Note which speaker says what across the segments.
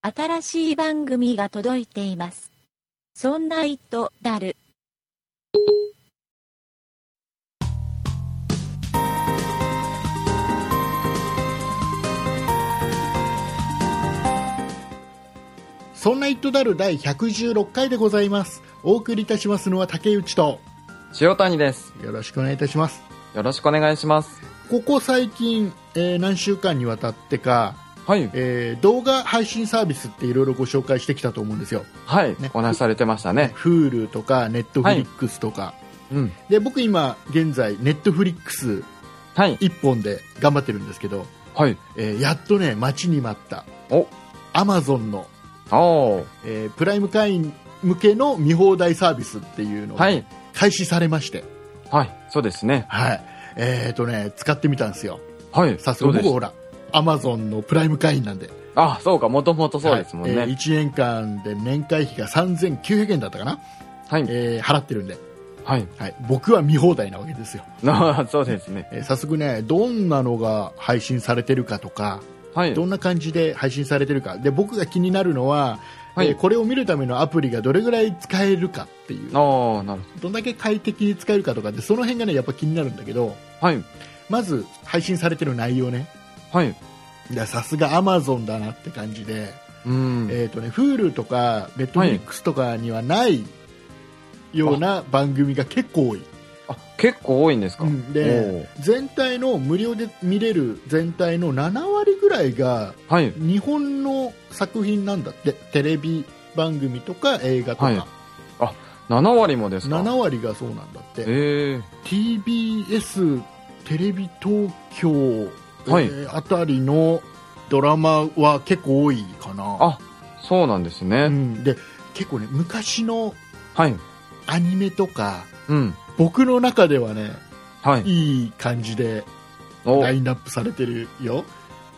Speaker 1: 新しい番組が届いています。そんな糸だる。
Speaker 2: そんな「イットダル」第116回でございますお送りいたしますのは竹内と
Speaker 3: 塩谷です。
Speaker 2: よろしくお願いいたします
Speaker 3: よろしくお願いします。
Speaker 2: ここ最近、えー何週間にわたってか、
Speaker 3: はい。
Speaker 2: えー動画配信サービスっていろいろご紹介してきたと思うんですよ
Speaker 3: はい
Speaker 2: ね。
Speaker 3: お話しされてましたね。
Speaker 2: Hulu とか Netflix とか、
Speaker 3: うん。
Speaker 2: で僕今現在 Netflix
Speaker 3: はい。
Speaker 2: 一本で頑張ってるんですけど、
Speaker 3: はい。
Speaker 2: えーやっとね待ちに待った
Speaker 3: お、
Speaker 2: Amazon の、
Speaker 3: おー。
Speaker 2: えープライム会員向けの見放題サービスっていうの
Speaker 3: は
Speaker 2: が
Speaker 3: い。
Speaker 2: 開始されまして、
Speaker 3: はい。そうですね。
Speaker 2: はい。えっ、とね、使ってみたんですよ。
Speaker 3: はい。
Speaker 2: さす
Speaker 3: ど
Speaker 2: が
Speaker 3: うで
Speaker 2: 僕
Speaker 3: し
Speaker 2: ほら、アマゾンのプライム会員なんで。
Speaker 3: あ、そうか。もともとそうですもん
Speaker 2: はいえー
Speaker 3: ね。
Speaker 2: 1年間で年会費が3900円だったかな、
Speaker 3: はい。
Speaker 2: えー払ってるんで。
Speaker 3: はい。
Speaker 2: はい。僕は見放題なわけですよ。
Speaker 3: なそうですね。
Speaker 2: えー早速ね、どんなのが配信されてるかとか、
Speaker 3: はい。
Speaker 2: どんな感じで配信されてるか。で、僕が気になるのは、
Speaker 3: はい
Speaker 2: えーこれを見るためのアプリがどれぐらい使えるかっていう、
Speaker 3: おー、なるほ
Speaker 2: どんだけ快適に使えるかとかで、その辺がね、やっぱ気になるんだけど、
Speaker 3: ど。はい。
Speaker 2: まず配信されてる内容ね。
Speaker 3: はい。う
Speaker 2: いやさすがアマゾンだなって感じで、
Speaker 3: ーん。
Speaker 2: えーとね、Hulu とか Netflix とかにはないような番組が結構多い、
Speaker 3: あ、結構多いんですか
Speaker 2: うん
Speaker 3: お
Speaker 2: で
Speaker 3: ー
Speaker 2: 全体の無料で見れる全体の7割ぐらいが
Speaker 3: はい。
Speaker 2: 日本の作品なんだってテレビ番組とか映画とか、
Speaker 3: はい7割もですか
Speaker 2: 7割がそうなんだって
Speaker 3: えー。
Speaker 2: TBS テレビ東京、
Speaker 3: はい
Speaker 2: えーあたりのドラマは結構多いかな。
Speaker 3: あ、そうなんです
Speaker 2: う
Speaker 3: ね。
Speaker 2: ん、で結構ね昔の
Speaker 3: はい。
Speaker 2: アニメとか
Speaker 3: うん。
Speaker 2: 僕の中ではね
Speaker 3: はい。
Speaker 2: いい感じで
Speaker 3: お
Speaker 2: ラインナップされてるよ、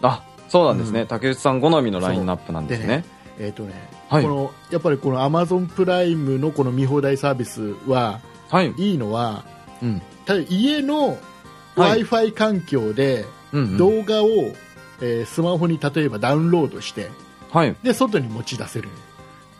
Speaker 3: あ、そうなんです
Speaker 2: う
Speaker 3: ね。
Speaker 2: ん
Speaker 3: 竹内さん好みのラインナップなんですね。
Speaker 2: えーとね
Speaker 3: はい
Speaker 2: こ。のやっぱりこのアマゾンプライムのこの見放題サービスは
Speaker 3: はい。
Speaker 2: いいのは
Speaker 3: うん。
Speaker 2: ただ家の w
Speaker 3: は
Speaker 2: i
Speaker 3: い
Speaker 2: f i 環境で
Speaker 3: うんうん
Speaker 2: 動画を、えースマホに例えばダウンロードして
Speaker 3: はい。
Speaker 2: で外に持ち出せる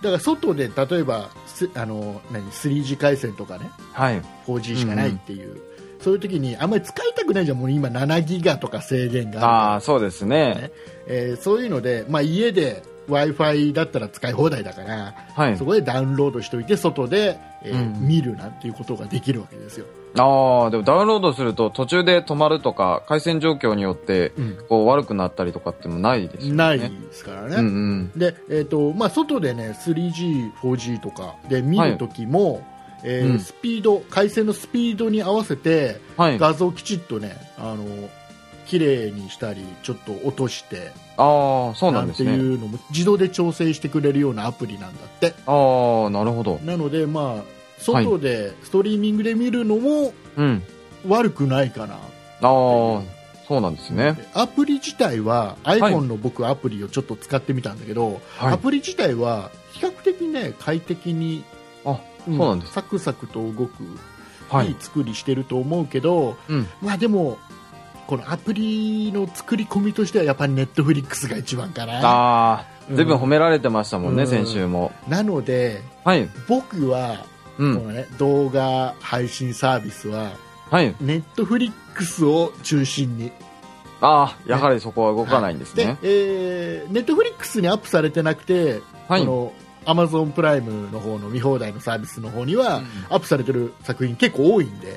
Speaker 2: だから外で例えばすあの何 3G 回線とかね
Speaker 3: はい。
Speaker 2: 4G しかないっていう、そういう時にあんまり使いたくないじゃんもう今7ギガとか制限が
Speaker 3: あ
Speaker 2: あ
Speaker 3: あ、
Speaker 2: る
Speaker 3: そうですね。
Speaker 2: えーそういうので、まあ、家で w i f i だったら使い放題だから、
Speaker 3: はい
Speaker 2: そ。こでダウンロードしておいて外で、えー
Speaker 3: うん
Speaker 2: 見るなんていうことができるわけですよ、
Speaker 3: ああ、でもダウンロードすると途中で止まるとか、回線状況によって、こう悪くなったりとかってもないですよね。
Speaker 2: ないですからね、
Speaker 3: うんうん。
Speaker 2: でえーとまあ、外でね 3G4G とかで見るときも、えー
Speaker 3: うん
Speaker 2: スピード回線のスピードに合わせて
Speaker 3: はい。あ
Speaker 2: 画像をきちっとねあの綺麗にしたりちょっと落として
Speaker 3: あ、そうな
Speaker 2: なんん
Speaker 3: で
Speaker 2: て
Speaker 3: す
Speaker 2: い
Speaker 3: ね。
Speaker 2: うのも自動で調整してくれるようなアプリなんだって
Speaker 3: ああ、なるほど。
Speaker 2: なのでまあ外でストリーミングで見るのも
Speaker 3: うん。
Speaker 2: 悪くないかな、
Speaker 3: ああ、そうなんですね。
Speaker 2: アプリ自体は iPhone の僕アプリをちょっと使ってみたんだけど、
Speaker 3: は
Speaker 2: ア
Speaker 3: い。
Speaker 2: プリ自体は比較的ね快適に
Speaker 3: あ、
Speaker 2: うん
Speaker 3: そうなんです
Speaker 2: サクサクと動く
Speaker 3: はい
Speaker 2: い
Speaker 3: い。
Speaker 2: 作りしてると思うけど、
Speaker 3: うん。
Speaker 2: まあでもこのアプリの作り込みとしてはやっぱりネットフリックスが一番かな
Speaker 3: ああ、随分褒められてましたもん
Speaker 2: う
Speaker 3: ね、
Speaker 2: ん
Speaker 3: 先週も。
Speaker 2: なので
Speaker 3: はい。
Speaker 2: 僕は
Speaker 3: う
Speaker 2: こ
Speaker 3: ん。
Speaker 2: のね、動画配信サービスは
Speaker 3: はい。
Speaker 2: ネットフリックスを中心に
Speaker 3: ああ、やはりそこは動かないんです
Speaker 2: で
Speaker 3: ね。
Speaker 2: えネットフリックスにアップされてなくて、
Speaker 3: は
Speaker 2: こ
Speaker 3: い。うん
Speaker 2: のアマゾンプライムの方の見放題のサービスの方には、アップされてる作品結構多いんで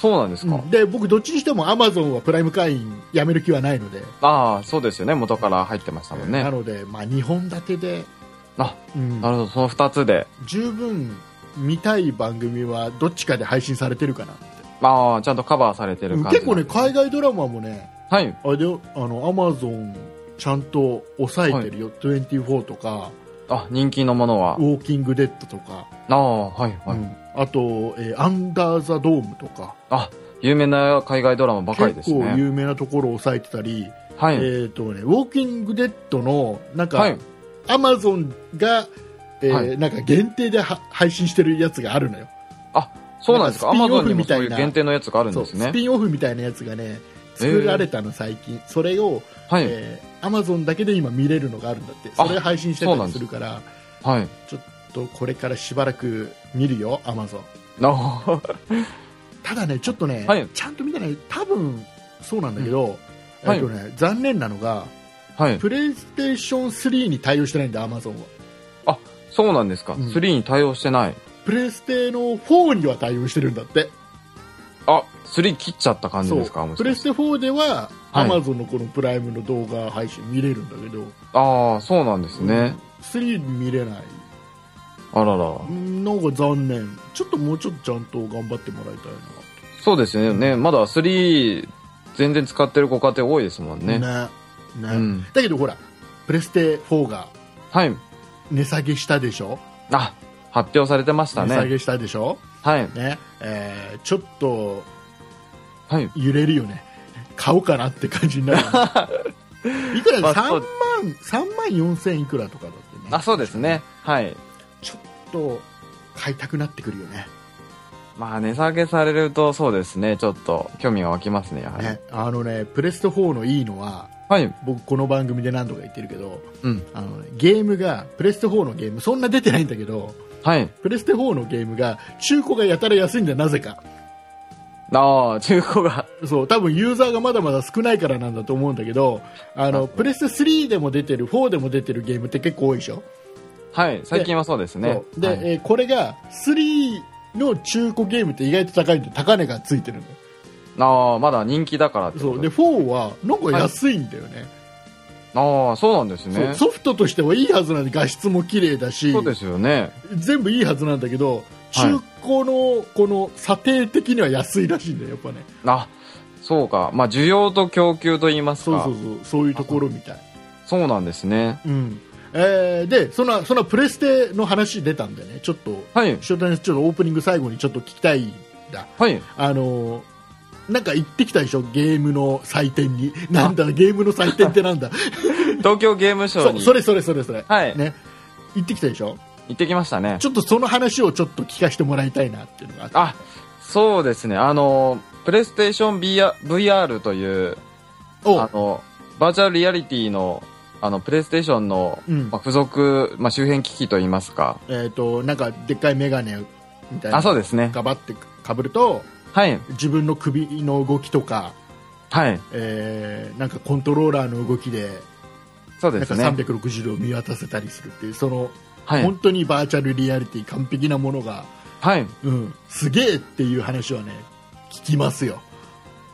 Speaker 3: そうなんですか。
Speaker 2: で僕どっちにしてもアマゾンはプライム会員やめる気はないので、
Speaker 3: ああ、そうですよね。元から入ってましたもん
Speaker 2: な
Speaker 3: ね。
Speaker 2: ので、まあ、2本立てで、
Speaker 3: あ、
Speaker 2: うん
Speaker 3: なるほど。その二つで。
Speaker 2: 十分見たい番組はどっちかで配信されてるかなって
Speaker 3: ああ、ちゃんとカバーされてる
Speaker 2: うん
Speaker 3: 感じ
Speaker 2: 結構ね
Speaker 3: なんです
Speaker 2: 海外ドラマもね
Speaker 3: はい。
Speaker 2: あれであのアマゾンちゃんと抑えてるよ、24とか
Speaker 3: あ、人気のものは
Speaker 2: ウ。ォーキングデッドとか、
Speaker 3: ああ、はい、はい。
Speaker 2: うんあと、えーアンダー・ザ・ドームとか
Speaker 3: あ、有名な海外ドラマばかりで
Speaker 2: 結
Speaker 3: す
Speaker 2: 構
Speaker 3: ね。
Speaker 2: 有名なところを抑えてたり、
Speaker 3: はい。
Speaker 2: えーとね、ウォーキングデッドのなんか、
Speaker 3: はい。
Speaker 2: アマゾンが、えー
Speaker 3: はい
Speaker 2: なんか限定では配信してるやつがあるのよ
Speaker 3: そうなんですか。ア
Speaker 2: なんかスピンオ
Speaker 3: マゾ
Speaker 2: フ
Speaker 3: ンにも
Speaker 2: みた
Speaker 3: そ
Speaker 2: いうな
Speaker 3: いう限定のやつがあるん
Speaker 2: そう
Speaker 3: ですね
Speaker 2: ス。ピンオフみたいなやつがね作られたの最近、それを、
Speaker 3: はい。
Speaker 2: えーアマゾンだけで今見れるのがあるんだってそれ配信してたりするから
Speaker 3: はい。
Speaker 2: ちょっとこれからしばらく見るよアマゾン
Speaker 3: な お
Speaker 2: ただねちょっとね、
Speaker 3: はい
Speaker 2: ちゃんと見てない多分そうなんだけど、
Speaker 3: うんはい
Speaker 2: えっとね、残念なのが
Speaker 3: はい。
Speaker 2: プレイステーション3に対応してないんだアマゾンは
Speaker 3: そうなんですか。
Speaker 2: うん
Speaker 3: 3に対応してない。
Speaker 2: プレステの4には対応してるんだって
Speaker 3: あ、3切っちゃった感じですかもし
Speaker 2: プ
Speaker 3: か
Speaker 2: レス
Speaker 3: して
Speaker 2: テ4では、
Speaker 3: は
Speaker 2: ア
Speaker 3: い
Speaker 2: マゾンのこのプライムの動画配信見れるんだけど、
Speaker 3: ああ、そうなんですね。
Speaker 2: 3見れない
Speaker 3: あらら。
Speaker 2: うんなんか残念ちょっともうちょっとちゃんと頑張ってもらいたい
Speaker 3: そうですよね。まだ3、全然使ってるご家庭多いですもんね。
Speaker 2: なねね、
Speaker 3: うん
Speaker 2: だけどほらプレステ4が
Speaker 3: はい。
Speaker 2: 値下げしたでしょ、
Speaker 3: あ、発表されてました
Speaker 2: 値下
Speaker 3: ね。
Speaker 2: げしたでしょ、
Speaker 3: はい。
Speaker 2: ねえーちょっと
Speaker 3: はい。
Speaker 2: 揺れるよね買おうかなって感じになる よねいくら
Speaker 3: まあ
Speaker 2: 3
Speaker 3: そ
Speaker 2: 万
Speaker 3: う
Speaker 2: 3万4000いくらとかだってね
Speaker 3: あ、そうですね。はい。
Speaker 2: ちょっと買いたくなってくるよね
Speaker 3: まあ、値下げされると、そうですね。ちょっと、興味が湧きますね、やはり。
Speaker 2: ね、あのねプレステ4のいいのは
Speaker 3: はい。
Speaker 2: 僕この番組で何度か言ってるけど
Speaker 3: うん。
Speaker 2: あの、ね、ゲームがプレステ4のゲームそんな出てないんだけど
Speaker 3: はい。
Speaker 2: プレステ4のゲームが中古がやたら安いんだよなぜか
Speaker 3: ああ、中古が。
Speaker 2: そう多分ユーザーがまだまだ少ないからなんだと思うんだけどあの
Speaker 3: あ
Speaker 2: プレステ3でも出てる4でも出てるゲームって結構多いでしょ、
Speaker 3: はい。最近はそうですね
Speaker 2: そ。うで、
Speaker 3: はい
Speaker 2: えーこれが3の中古ゲームって意外と高いんで高値がついてるんだよ
Speaker 3: ああ、まだ人気だからってこ
Speaker 2: そ
Speaker 3: と
Speaker 2: うで4はなんか安いんだよね、
Speaker 3: ああ、そうなんですね。
Speaker 2: そうソフトとしてはいいはずなんで画質も綺麗だし
Speaker 3: そうですよね。
Speaker 2: 全部いいはずなんだけど
Speaker 3: はい
Speaker 2: 中古のこの査定的には安いらしいんだよやっぱね
Speaker 3: あ、そうか。まあ、需要と供給と言います
Speaker 2: そう
Speaker 3: か。
Speaker 2: そうそうそういうところみたい、
Speaker 3: そうなんですね。
Speaker 2: うんえーでそのそのプレステの話出たんでねちょっと
Speaker 3: はい。
Speaker 2: 塩谷さんちょっとオープニング最後にちょっと聞きたいんだ
Speaker 3: はい。
Speaker 2: あのーなんか行ってきたでしょゲームの祭典になんだゲームの祭典って なんだ
Speaker 3: 東京ゲームショウ
Speaker 2: そ
Speaker 3: に。
Speaker 2: それそれそれそれ、
Speaker 3: はい。
Speaker 2: ね行ってきたでしょ
Speaker 3: 行ってきましたね。
Speaker 2: ちょっとその話をちょっと聞かせてもらいたいなっていうのがあって
Speaker 3: あ、そうですね。あの、プレイステーション VR, VR という、
Speaker 2: お
Speaker 3: あの、バーチャルリアリティの、あの、プレイステーションの、
Speaker 2: うん
Speaker 3: まあ、付属、まあ、周辺機器といいますか。
Speaker 2: えっ、となんかでっかいメガネみたいな
Speaker 3: あ、そうですね。
Speaker 2: ガバってかぶると
Speaker 3: はい。
Speaker 2: 自分の首の動きとか、
Speaker 3: はい。
Speaker 2: えーなんかコントローラーの動きで
Speaker 3: そう
Speaker 2: なん
Speaker 3: で
Speaker 2: か
Speaker 3: すね。
Speaker 2: 360度見渡せたりするっていうその
Speaker 3: はい。
Speaker 2: 本当にバーチャルリアリティ完璧なものが、
Speaker 3: はい。
Speaker 2: うん、すげえっていう話はね聞きますよ。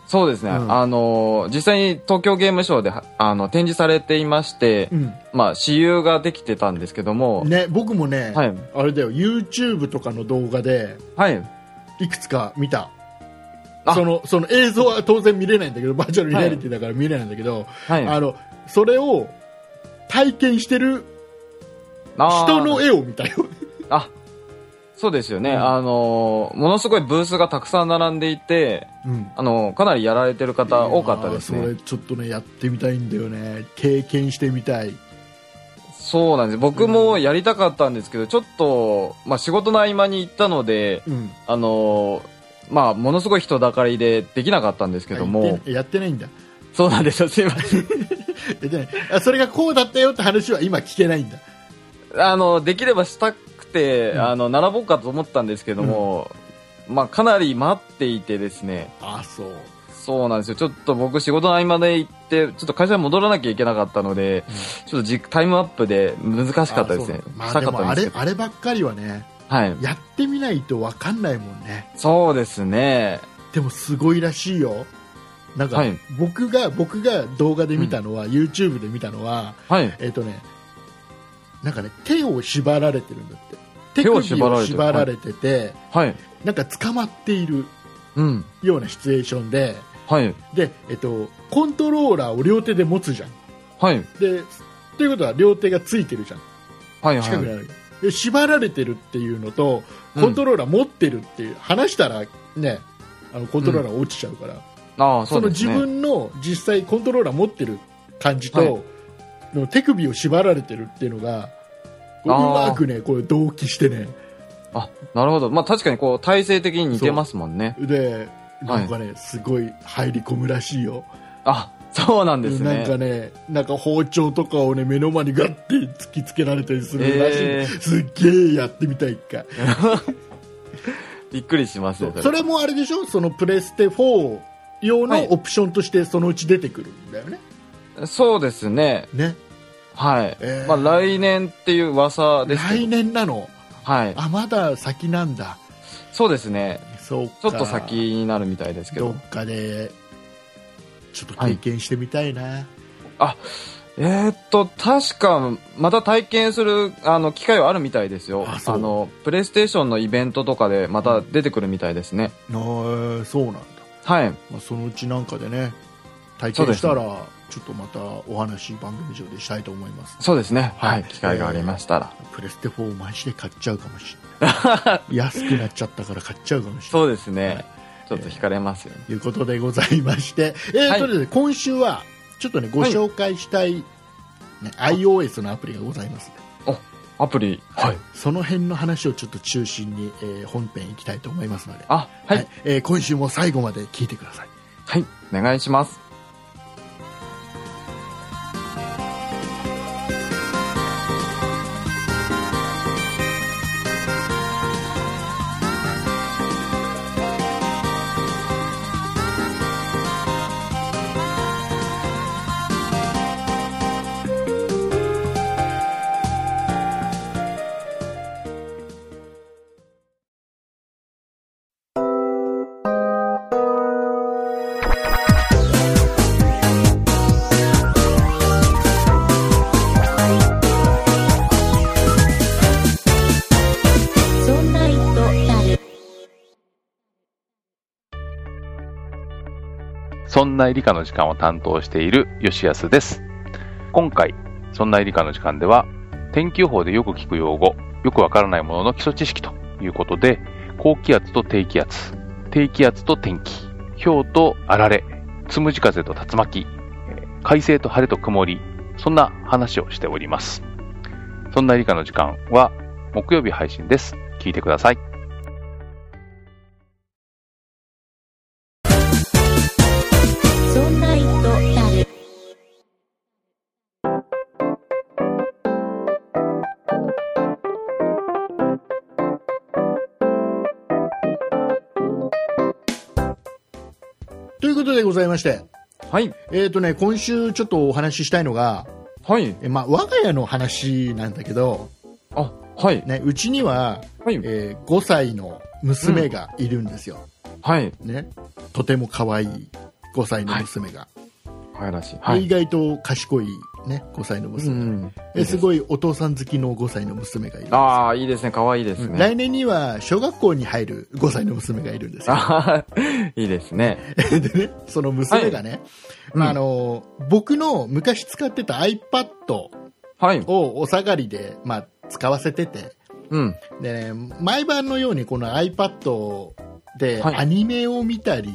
Speaker 3: そうですね。
Speaker 2: うん
Speaker 3: あの、実際に東京ゲームショウで、はあの、展示されていまして、
Speaker 2: うん
Speaker 3: まあ、私有ができてたんですけども、
Speaker 2: ね、僕もね、
Speaker 3: はい。
Speaker 2: あれだよ YouTube とかの動画で
Speaker 3: はい。
Speaker 2: いくつか見た
Speaker 3: あ
Speaker 2: そのその映像は当然見れないんだけどバーチャルリアリティだから見れないんだけど、
Speaker 3: はい。
Speaker 2: あのそれを体験してる
Speaker 3: あー
Speaker 2: 人の絵を見たよ。
Speaker 3: あ、そうですよね。
Speaker 2: うん
Speaker 3: あの、ものすごいブースがたくさん並んでいて、
Speaker 2: うん
Speaker 3: あの、かなりやられてる方多かったです
Speaker 2: いやー
Speaker 3: ね
Speaker 2: そ。れちょっとねやってみたいんだよね経験してみたい
Speaker 3: そうなんです。僕もやりたかったんですけど、ちょっと、まあ、仕事の合間に行ったので、
Speaker 2: うん
Speaker 3: あの、まあ、ものすごい人だかりでできなかったんですけど
Speaker 2: あや
Speaker 3: も
Speaker 2: っ、てやってないんだ
Speaker 3: そうなんですよ。すい ません。
Speaker 2: やってないあそれがこうだったよって話は今聞けないんだ
Speaker 3: あの、できればしたくて、
Speaker 2: うん
Speaker 3: あの、並ぼうかと思ったんですけども、まあ、かなり待っていてですね、
Speaker 2: あそう
Speaker 3: そうなんですよ。ちょっと僕仕事の合間で行って、ちょっと会社に戻らなきゃいけなかったので、ちょっとじタイムアップで難しかったですね
Speaker 2: あそう。まあ
Speaker 3: した
Speaker 2: で
Speaker 3: かっ
Speaker 2: も
Speaker 3: た
Speaker 2: あ
Speaker 3: んです
Speaker 2: れ
Speaker 3: けど。
Speaker 2: あればっかりはね
Speaker 3: はい。
Speaker 2: やってみないと分かんないもんね
Speaker 3: そうですね。
Speaker 2: でもすごいらしいよなんか
Speaker 3: はい
Speaker 2: 僕が、僕が動画で見たのは、YouTube で見たのは
Speaker 3: はい。
Speaker 2: えっ、とねなんかね手を縛られてるんだって手
Speaker 3: 手を
Speaker 2: 首
Speaker 3: 縛られ
Speaker 2: を
Speaker 3: てる
Speaker 2: 縛られてて、
Speaker 3: はい。
Speaker 2: なんか捕まっている
Speaker 3: うん。
Speaker 2: ようなシチュエーションで
Speaker 3: はい。
Speaker 2: で、えっと、コントローラーを両手で持つじゃん
Speaker 3: はい。
Speaker 2: でということは両手がついてるじゃん
Speaker 3: はい。は
Speaker 2: 近くにあ
Speaker 3: い。
Speaker 2: る、で縛られてるっていうのと
Speaker 3: うん
Speaker 2: コントローラー持ってるっていう、離したらねあのコントローラーが落ちちゃうから、
Speaker 3: ああ、そ
Speaker 2: そうの
Speaker 3: です
Speaker 2: 自
Speaker 3: ね。
Speaker 2: 分の実際コントローラー持ってる感じと、
Speaker 3: はい
Speaker 2: の手首を縛られてるっていうのがこうう
Speaker 3: あー
Speaker 2: まくねこれ同期してね
Speaker 3: あ、なるほど。まあ確かにこう、体制的に似てますもんね。
Speaker 2: でなんかね、すごい入り込むらしいよ
Speaker 3: あ、 そうなんです
Speaker 2: な
Speaker 3: ね
Speaker 2: ん。かねなんか包丁とかをね目の前にガッて突きつけられたりするらしい、
Speaker 3: えー
Speaker 2: すっげえやってみたい一回
Speaker 3: びっくりしますよ、
Speaker 2: それもあれでしょそのプレステ4用
Speaker 3: はい
Speaker 2: のオプションとしてそのうち出てくるんだよね、
Speaker 3: そうですね。
Speaker 2: ね
Speaker 3: はい。
Speaker 2: えー
Speaker 3: まあ来年っていう噂ですけ
Speaker 2: 来
Speaker 3: ど。
Speaker 2: 年なの
Speaker 3: はい。
Speaker 2: あまだ先なんだ
Speaker 3: そうですね。
Speaker 2: そうか
Speaker 3: ちょっと先になるみたいですけ
Speaker 2: ど
Speaker 3: ど。
Speaker 2: っかでちょっと経験してみたいな、
Speaker 3: えーっと、確か、また体験する、あの、機会はあるみたいですよ。
Speaker 2: あ
Speaker 3: あ
Speaker 2: そう
Speaker 3: の、プレイステーションのイベントとかで、また出てくるみたいですね。
Speaker 2: なあそうなんだ、
Speaker 3: はい。
Speaker 2: まあ、そのうちなんかでね体
Speaker 3: そ
Speaker 2: 験
Speaker 3: うで
Speaker 2: し
Speaker 3: すね
Speaker 2: たら、ちょっとまたお話番組上でしたいと思います
Speaker 3: そうですね。
Speaker 2: は
Speaker 3: はいい。機会がありましたら。
Speaker 2: プレステ4マジで買っちゃうかもしれない 安くなっちゃったから買っちゃうかもしれない
Speaker 3: そうですね。ちょっと惹かれますよね。
Speaker 2: ということでございまして、えー
Speaker 3: はい
Speaker 2: とりあえず今週はちょっとねご紹介したい、ね iOS のアプリがございます
Speaker 3: アプリ。はい。
Speaker 2: その辺の話をちょっと中心に、えー本編いきたいと思いますので、
Speaker 3: あ、は。
Speaker 2: はいえー今週も最後まで聞いてください
Speaker 3: はい。お願いします。
Speaker 1: そんな糸だる、
Speaker 4: そんな理科の時間を担当している吉安です。今回、そんな理科の時間では、天気予報でよく聞く用語、よくわからないものの基礎知識ということで、高気圧と低気圧、低気圧と天気、氷とあられ、つむじ風と竜巻、えー快晴と晴れと曇り、そんな話をしております。そんな理科の時間は、木曜日配信です。聞いてください。
Speaker 1: そんな糸だる、
Speaker 2: ということでございまして
Speaker 3: はい。
Speaker 2: えっ、とね今週ちょっとお話ししたいのが、
Speaker 3: はい。
Speaker 2: えーまあ、我が家の話なんだけど、
Speaker 3: あ、はい。
Speaker 2: ね、うちには、
Speaker 3: はい。
Speaker 2: えー5歳の娘がいるんですよ、
Speaker 3: はい。
Speaker 2: ね、とても可愛い5歳の娘が、
Speaker 3: はいらしい。
Speaker 2: で
Speaker 3: は
Speaker 2: 意
Speaker 3: い。
Speaker 2: 外と賢い、ね、5歳の
Speaker 3: う
Speaker 2: 娘、
Speaker 3: ん。
Speaker 2: えすごいお父さん好きの5歳の娘がいるんです
Speaker 3: ああ、いいですね。可愛いです
Speaker 2: うん
Speaker 3: ね。
Speaker 2: 来年には小学校に入る5歳の娘がいるんですよ。
Speaker 3: あーいいですね。
Speaker 2: でね、その娘がね、まあ、あの、僕の昔使ってた iPad
Speaker 3: はい。
Speaker 2: をお下がりで、まあ、使わせてて、
Speaker 3: うん。
Speaker 2: でね、毎晩のようにこの iPad で
Speaker 3: はい
Speaker 2: アニメを見たり、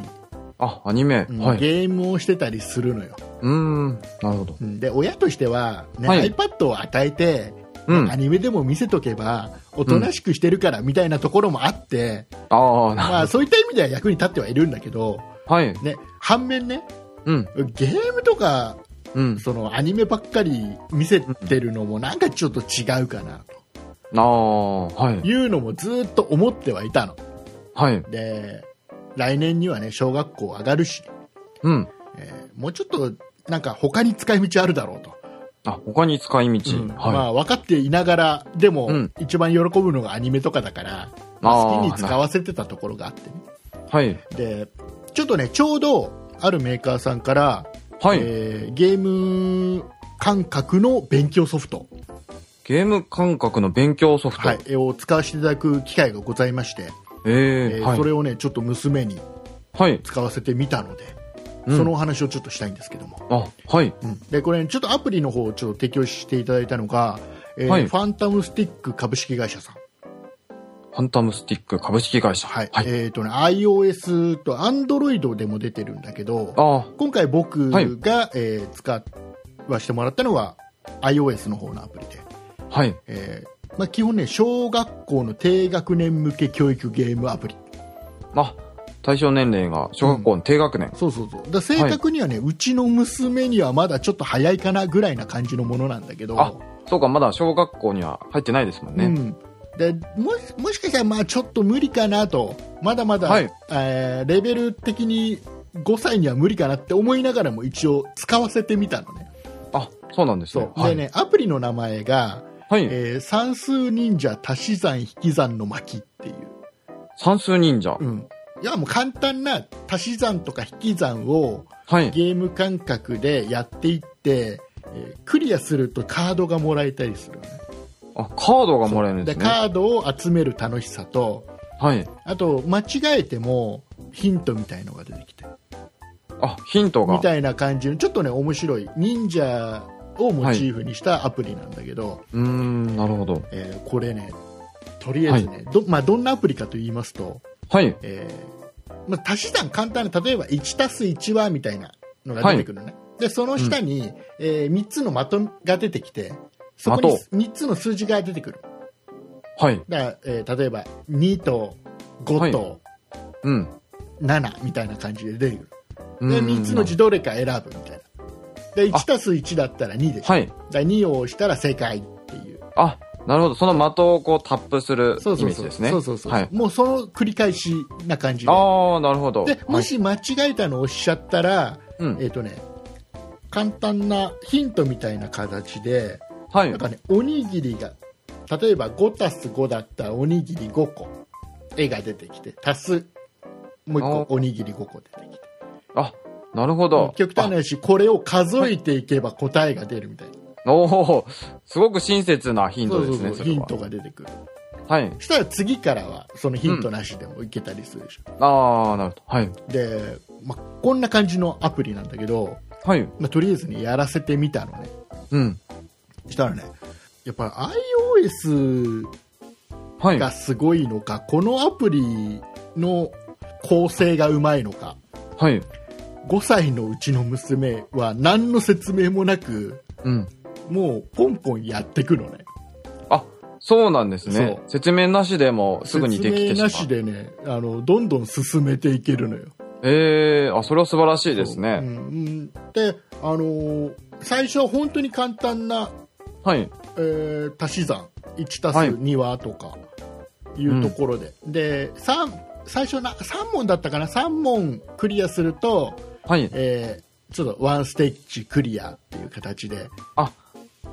Speaker 3: あ、アニメ。
Speaker 2: うん
Speaker 3: はい。
Speaker 2: ゲームをしてたりするのよ。
Speaker 3: うーん。なるほど。
Speaker 2: うんで、親としては、ね
Speaker 3: はい
Speaker 2: iPad を与えて、
Speaker 3: うん
Speaker 2: ア。ニメでも見せとけば、おとなしくしてるからみたいなところもあって、
Speaker 3: ああ、なる
Speaker 2: まあ、そういった意味では役に立ってはいるんだけど、
Speaker 3: はい。
Speaker 2: ね、反面ね、
Speaker 3: うん。
Speaker 2: ゲームとか
Speaker 3: うん。
Speaker 2: そのアニメばっかり見せてるのもなんかちょっと違うかな
Speaker 3: ああ、はい
Speaker 2: と。いうのもずっと思ってはいたの
Speaker 3: はい。
Speaker 2: で来年にはね小学校上がるし、
Speaker 3: うん。
Speaker 2: えーもうちょっとなんか他に使い道あるだろうと、
Speaker 3: あ、他に使い道。
Speaker 2: うんま
Speaker 3: は
Speaker 2: あ、分かっていながらでも
Speaker 3: うん
Speaker 2: 一番喜ぶのがアニメとかだから、まあ
Speaker 3: あー
Speaker 2: 好きに使わせてたところがあってね、
Speaker 3: い。はい。
Speaker 2: でちょっとねちょうどあるメーカーさんから、
Speaker 3: はい。
Speaker 2: えーゲーム感覚の勉強ソフト、
Speaker 3: ゲーム感覚の勉強ソフト。
Speaker 2: はい、絵を使わせていただく機会がございまして、え
Speaker 3: え
Speaker 2: ー
Speaker 3: え。はい
Speaker 2: それをねちょっと娘に
Speaker 3: はい。
Speaker 2: 使わせてみたので、
Speaker 3: うん
Speaker 2: そのお話をちょっとしたいんですけども、
Speaker 3: あ、はい。
Speaker 2: うんでこれ、ちょっとアプリの方をちょっと提供していただいたのが、えー
Speaker 3: はい
Speaker 2: ファンタムスティック株式会社さん、
Speaker 3: ファンタムスティック株式会社。
Speaker 2: はい
Speaker 3: はい。
Speaker 2: えーとね、iOS と Android でも出てるんだけど
Speaker 3: ああ、
Speaker 2: 今回僕が、
Speaker 3: はい
Speaker 2: えー使わせてもらったのは iOS の方のアプリで、
Speaker 3: はい。
Speaker 2: えーまあ、基本ね小学校の低学年向け教育ゲームアプリ
Speaker 3: あ、対象年齢が小学校の低学年。
Speaker 2: そうそうそうだから正確にはね、うちの娘にはまだちょっと早いかなぐらいな感じのものなんだけど
Speaker 3: あそうか、まだ小学校には入ってないですもんね。
Speaker 2: うん、でもしもしかしたらまあちょっと無理かなとまだまだ、
Speaker 3: はい
Speaker 2: えーレベル的に5歳には無理かなって思いながらも一応使わせてみたのね
Speaker 3: あ、そうなんです
Speaker 2: そ
Speaker 3: ね。
Speaker 2: う、
Speaker 3: はい。
Speaker 2: でねアプリの名前が、
Speaker 3: はい。
Speaker 2: えー算数忍者足し算引き算の巻っていう、
Speaker 3: 算数忍者。
Speaker 2: うん、いやもう簡単な足し算とか引き算を
Speaker 3: はい。
Speaker 2: ゲーム感覚でやっていって、えークリアするとカードがもらえたりするのね
Speaker 3: あ、カードがもらえるんで
Speaker 2: です
Speaker 3: ね。
Speaker 2: カードを集める楽しさと
Speaker 3: はい。
Speaker 2: あと間違えてもヒントみたいのが出てきて
Speaker 3: あ、ヒントが
Speaker 2: み。たいな感じのちょっとね面白い忍者をモチーフにしたアプリなんだけど、
Speaker 3: うーん、なるほど。
Speaker 2: えーこれねとりあえずね、どまあ、どんなアプリかと言いますと、
Speaker 3: はい。
Speaker 2: えーまあ、足し算簡単な例えば1たす1はみたいなのが出てくるのね、でその下に、え3つの的が出てきてそこに
Speaker 3: 的
Speaker 2: 3つの数字が出てくる
Speaker 3: はい。
Speaker 2: だから、えー例えば2と5と、
Speaker 3: うん。
Speaker 2: 7みたいな感じで出てく
Speaker 3: う
Speaker 2: る
Speaker 3: ん
Speaker 2: で3つのうちどれか選ぶみたいなで1たす1だったら2でしょ、
Speaker 3: はい。
Speaker 2: だ2を押したら正解っていう
Speaker 3: あ、なるほど。その的をこうタップするイメ
Speaker 2: そうそう
Speaker 3: ージ
Speaker 2: そう,、
Speaker 3: ですね。
Speaker 2: そうそうそう、
Speaker 3: はい。
Speaker 2: もうその繰り返しな感じで
Speaker 3: ああ、なるほど。
Speaker 2: でもし間違えたのを押しちゃったら、
Speaker 3: はい、うん
Speaker 2: えっ、とね簡単なヒントみたいな形で
Speaker 3: は
Speaker 2: ないん。かねおにぎりが例えば5たす5だったらおにぎり5個絵が出てきて足すもう1個おにぎり5個出てきて
Speaker 3: あ、なるほど。
Speaker 2: 極端な話これを数えていけば答えが出るみたいな、
Speaker 3: あおお、すごく親切なヒントですね、それ
Speaker 2: ヒン
Speaker 3: は
Speaker 2: ト。が出てくる
Speaker 3: はい。
Speaker 2: そしたら次からはそのヒントなしでもいけたりするでしょ、
Speaker 3: ああ、なるほど。はい。
Speaker 2: で、まあ、こんな感じのアプリなんだけど、
Speaker 3: はい。
Speaker 2: まあ、とりあえずねやらせてみたのね
Speaker 3: うん。
Speaker 2: したらねやっぱ iOS
Speaker 3: はい。
Speaker 2: がすごいのかこのアプリの構成がうまいのか
Speaker 3: はい。
Speaker 2: 5歳のうちの娘は何の説明もなく
Speaker 3: うん。
Speaker 2: もうポンポンやってくのね
Speaker 3: あ、そうなんですね
Speaker 2: そ。
Speaker 3: 説明なしでもすぐにでき
Speaker 2: 説明
Speaker 3: てしま
Speaker 2: な
Speaker 3: う。
Speaker 2: しでねあのどんどん進めていけるのよ
Speaker 3: ええあ、それは素晴らしいです
Speaker 2: そう
Speaker 3: ね。
Speaker 2: うん、であのー最初は本当に簡単な、
Speaker 3: はい。
Speaker 2: えー足し算1たす
Speaker 3: はい
Speaker 2: 2はとかいうところで、で三最初な3問だったかな3問クリアすると、
Speaker 3: はい。
Speaker 2: えーちょっとワンステッチクリアっていう形で
Speaker 3: あ、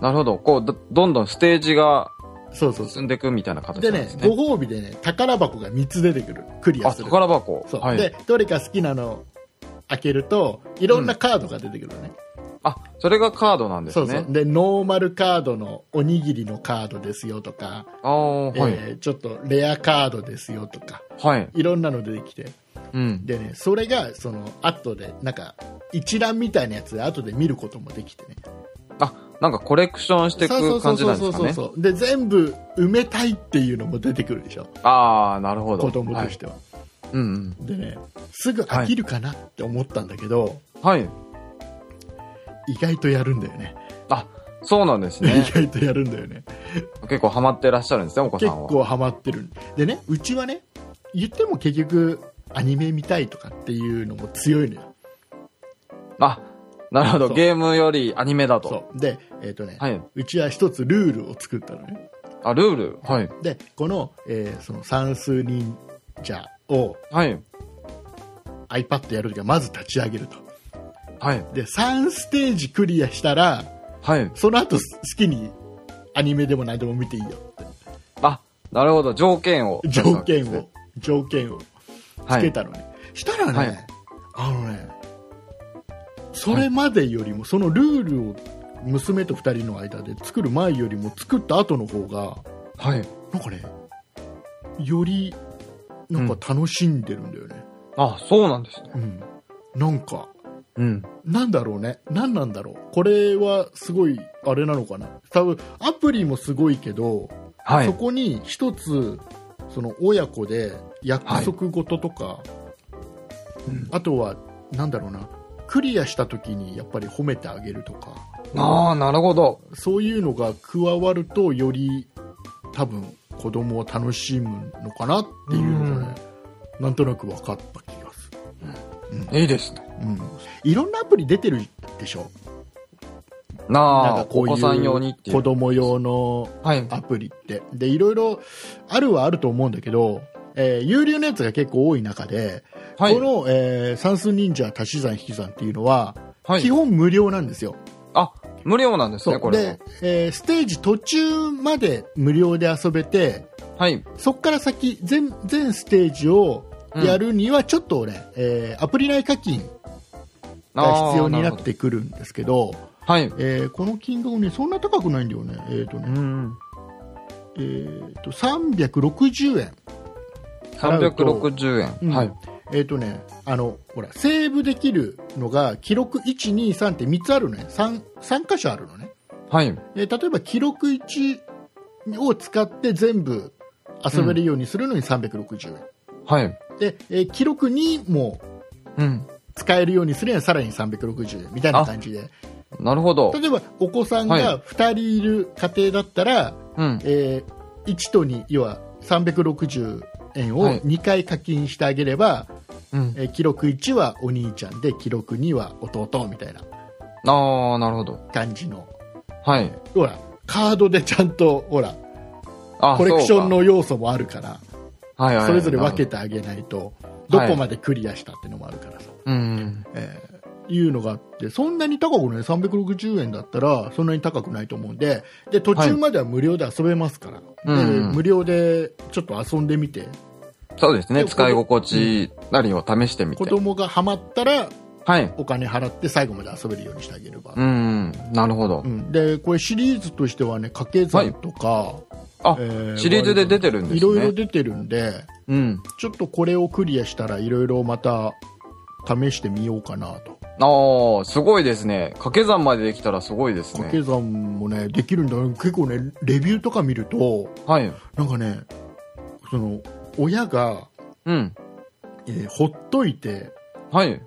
Speaker 3: なるほど。こう、どどんどんステージが
Speaker 2: そうそうそう
Speaker 3: 進んでいくみたいな形な
Speaker 2: で
Speaker 3: んで
Speaker 2: ね
Speaker 3: すね。
Speaker 2: ご褒美でね宝箱が3つ出てくるクリア
Speaker 3: あ、
Speaker 2: する
Speaker 3: 宝箱。
Speaker 2: そう、
Speaker 3: はい。
Speaker 2: でどれか好きなの開けるといろんなカードが出てくるのね、
Speaker 3: あ、それがカードなんです
Speaker 2: そ
Speaker 3: ね。
Speaker 2: うそうでノーマルカードのおにぎりのカードですよとか、
Speaker 3: ああ、はい、
Speaker 2: えーちょっとレアカードですよとか
Speaker 3: はい。
Speaker 2: いろんなの出てきて
Speaker 3: うん。
Speaker 2: でねそれがその後でなんか一覧みたいなやつで後で見ることもできてね
Speaker 3: あ、なんかコレクションしてい
Speaker 2: そ
Speaker 3: く
Speaker 2: うそ
Speaker 3: 感
Speaker 2: う
Speaker 3: じ
Speaker 2: そ
Speaker 3: な
Speaker 2: うんそ
Speaker 3: で
Speaker 2: う
Speaker 3: す
Speaker 2: そ
Speaker 3: か
Speaker 2: う
Speaker 3: ね。
Speaker 2: そうで全部埋めたいっていうのも出てくるでしょ
Speaker 3: ああ、なるほど。
Speaker 2: 子供
Speaker 3: は
Speaker 2: と
Speaker 3: い
Speaker 2: しては、
Speaker 3: うんうん。
Speaker 2: でねすぐ飽きるかなって思ったんだけど、
Speaker 3: はい。
Speaker 2: 意外とやるんだよね
Speaker 3: あ、そうなんです
Speaker 2: 意
Speaker 3: ね。
Speaker 2: 外とやるんだよね
Speaker 3: 結構ハマってらっしゃるんですね、お子さ
Speaker 2: 結
Speaker 3: んは。
Speaker 2: 構ハマってるでねうちはね言っても結局アニメ見たいとかっていうのも強いのよ
Speaker 3: あ、なるほど。
Speaker 2: そう
Speaker 3: ゲームよりアニメだと。
Speaker 2: そうでえっ、とね、
Speaker 3: はい。
Speaker 2: うちは一つルールを作ったのね
Speaker 3: あ、ルール。はい。
Speaker 2: でこの,、えーその算数忍者を
Speaker 3: はい。
Speaker 2: iPad やるときはまず立ち上げると
Speaker 3: はい。
Speaker 2: で3ステージクリアしたら
Speaker 3: はい。
Speaker 2: その後好きにアニメでも何でも見ていいよ
Speaker 3: あ、なるほど。条件を。
Speaker 2: 条件を条件をつ
Speaker 3: は
Speaker 2: け
Speaker 3: い。
Speaker 2: たのね、したらね、
Speaker 3: はい
Speaker 2: あのねそれまでよりもそのルールを娘と2人の間で作る前よりも作った後の方が
Speaker 3: はい。
Speaker 2: なんかねよりなんか楽しんでるんだよね、
Speaker 3: あ、そうなんですね。
Speaker 2: うんなんか
Speaker 3: うん。
Speaker 2: なんだろうね何なんだろうこれはすごいあれなのかな多分アプリもすごいけど、
Speaker 3: は
Speaker 2: そ
Speaker 3: い。
Speaker 2: こに一つその親子で約束事とか、
Speaker 3: うん
Speaker 2: あとはなんだろうなクリアした時にやっぱり褒めてあげるとか
Speaker 3: ああ、なるほど。
Speaker 2: そういうのが加わるとより多分子供を楽しむのかなっていうのがね、なんとなく分かった気が
Speaker 3: いいですね。
Speaker 2: うん、いろんなアプリ出てるでしょな
Speaker 3: な
Speaker 2: んか
Speaker 3: あ、
Speaker 2: こう
Speaker 3: お子さん用
Speaker 2: い
Speaker 3: にっ
Speaker 2: う
Speaker 3: てい
Speaker 2: 子
Speaker 3: う。
Speaker 2: 供用の
Speaker 3: はい。
Speaker 2: アプリってでいろいろあるはあると思うんだけど、えー有料のやつが結構多い中で、
Speaker 3: はい
Speaker 2: こ。の、えー算数忍者足し算引き算っていうのは、
Speaker 3: はい
Speaker 2: 基本無料なんですよ。
Speaker 3: あ、無料なんです
Speaker 2: そ
Speaker 3: ね、こ
Speaker 2: う
Speaker 3: れ
Speaker 2: で、えーステージ途中まで無料で遊べて
Speaker 3: は。はい。
Speaker 2: そこから先全全ステージをやるにはちょっと俺、えーアプリ内課金が必要になってくるんですけど
Speaker 3: あーなるほどはい。
Speaker 2: えーこの金額ねそんな高くないんだよね,、えーと
Speaker 3: う
Speaker 2: ね
Speaker 3: ん。
Speaker 2: えー、と360円、払うと
Speaker 3: 360円。
Speaker 2: うん
Speaker 3: はい。
Speaker 2: えーとね、あのほらセーブできるのが記録123って3つあるのね 3, 3箇所あるのね
Speaker 3: はい。
Speaker 2: で例えば記録1を使って全部遊べるようにするのに360円、
Speaker 3: はい。
Speaker 2: で、えー記録2も
Speaker 3: うん。
Speaker 2: 使えるようにするにはさらに360円みたいな感じで
Speaker 3: なるほど。
Speaker 2: 例えばお子さんが2人いる家庭だったら、
Speaker 3: うん。
Speaker 2: えー1と2要は360円を
Speaker 3: はい
Speaker 2: 2回課金してあげれば、
Speaker 3: うん。
Speaker 2: えー記録1はお兄ちゃんで記録2は弟みたいな
Speaker 3: ああ、なるほど。
Speaker 2: 感じの
Speaker 3: はい。
Speaker 2: ほらカードでちゃんとほら
Speaker 3: あ
Speaker 2: コレクション
Speaker 3: そう
Speaker 2: の要素もあるから
Speaker 3: かはいはいはい
Speaker 2: それぞれ分けてあげないとどこまでクリアしたってのもあるからさ、
Speaker 3: うん。
Speaker 2: えーいうのがあってそんなに高くない360円だったらそんなに高くないと思うんでで途中までは無料で遊べますから、
Speaker 3: うん
Speaker 2: で
Speaker 3: うん
Speaker 2: 無料でちょっと遊んでみて
Speaker 3: そうですね。
Speaker 2: で
Speaker 3: 使い心地なりを試してみて
Speaker 2: 子。供がハマったら
Speaker 3: はい。
Speaker 2: お金払って最後まで遊べるようにしてあげれば、
Speaker 3: うん。なるほど
Speaker 2: う。んでこれシリーズとしてはね掛け算とか、
Speaker 3: あ
Speaker 2: え、ー
Speaker 3: シリーズで出てるんですね
Speaker 2: いろいろ出てるんで
Speaker 3: うん。
Speaker 2: ちょっとこれをクリアしたらいろいろまた試してみようかなと
Speaker 3: ああ、すごいですね。掛け算までできたらすごいです
Speaker 2: 掛
Speaker 3: ね。
Speaker 2: け算もねできるんだよ結構ねレビューとか見ると
Speaker 3: はい。
Speaker 2: なんかねその親が、
Speaker 3: うん。
Speaker 2: えーほっといて
Speaker 3: はい。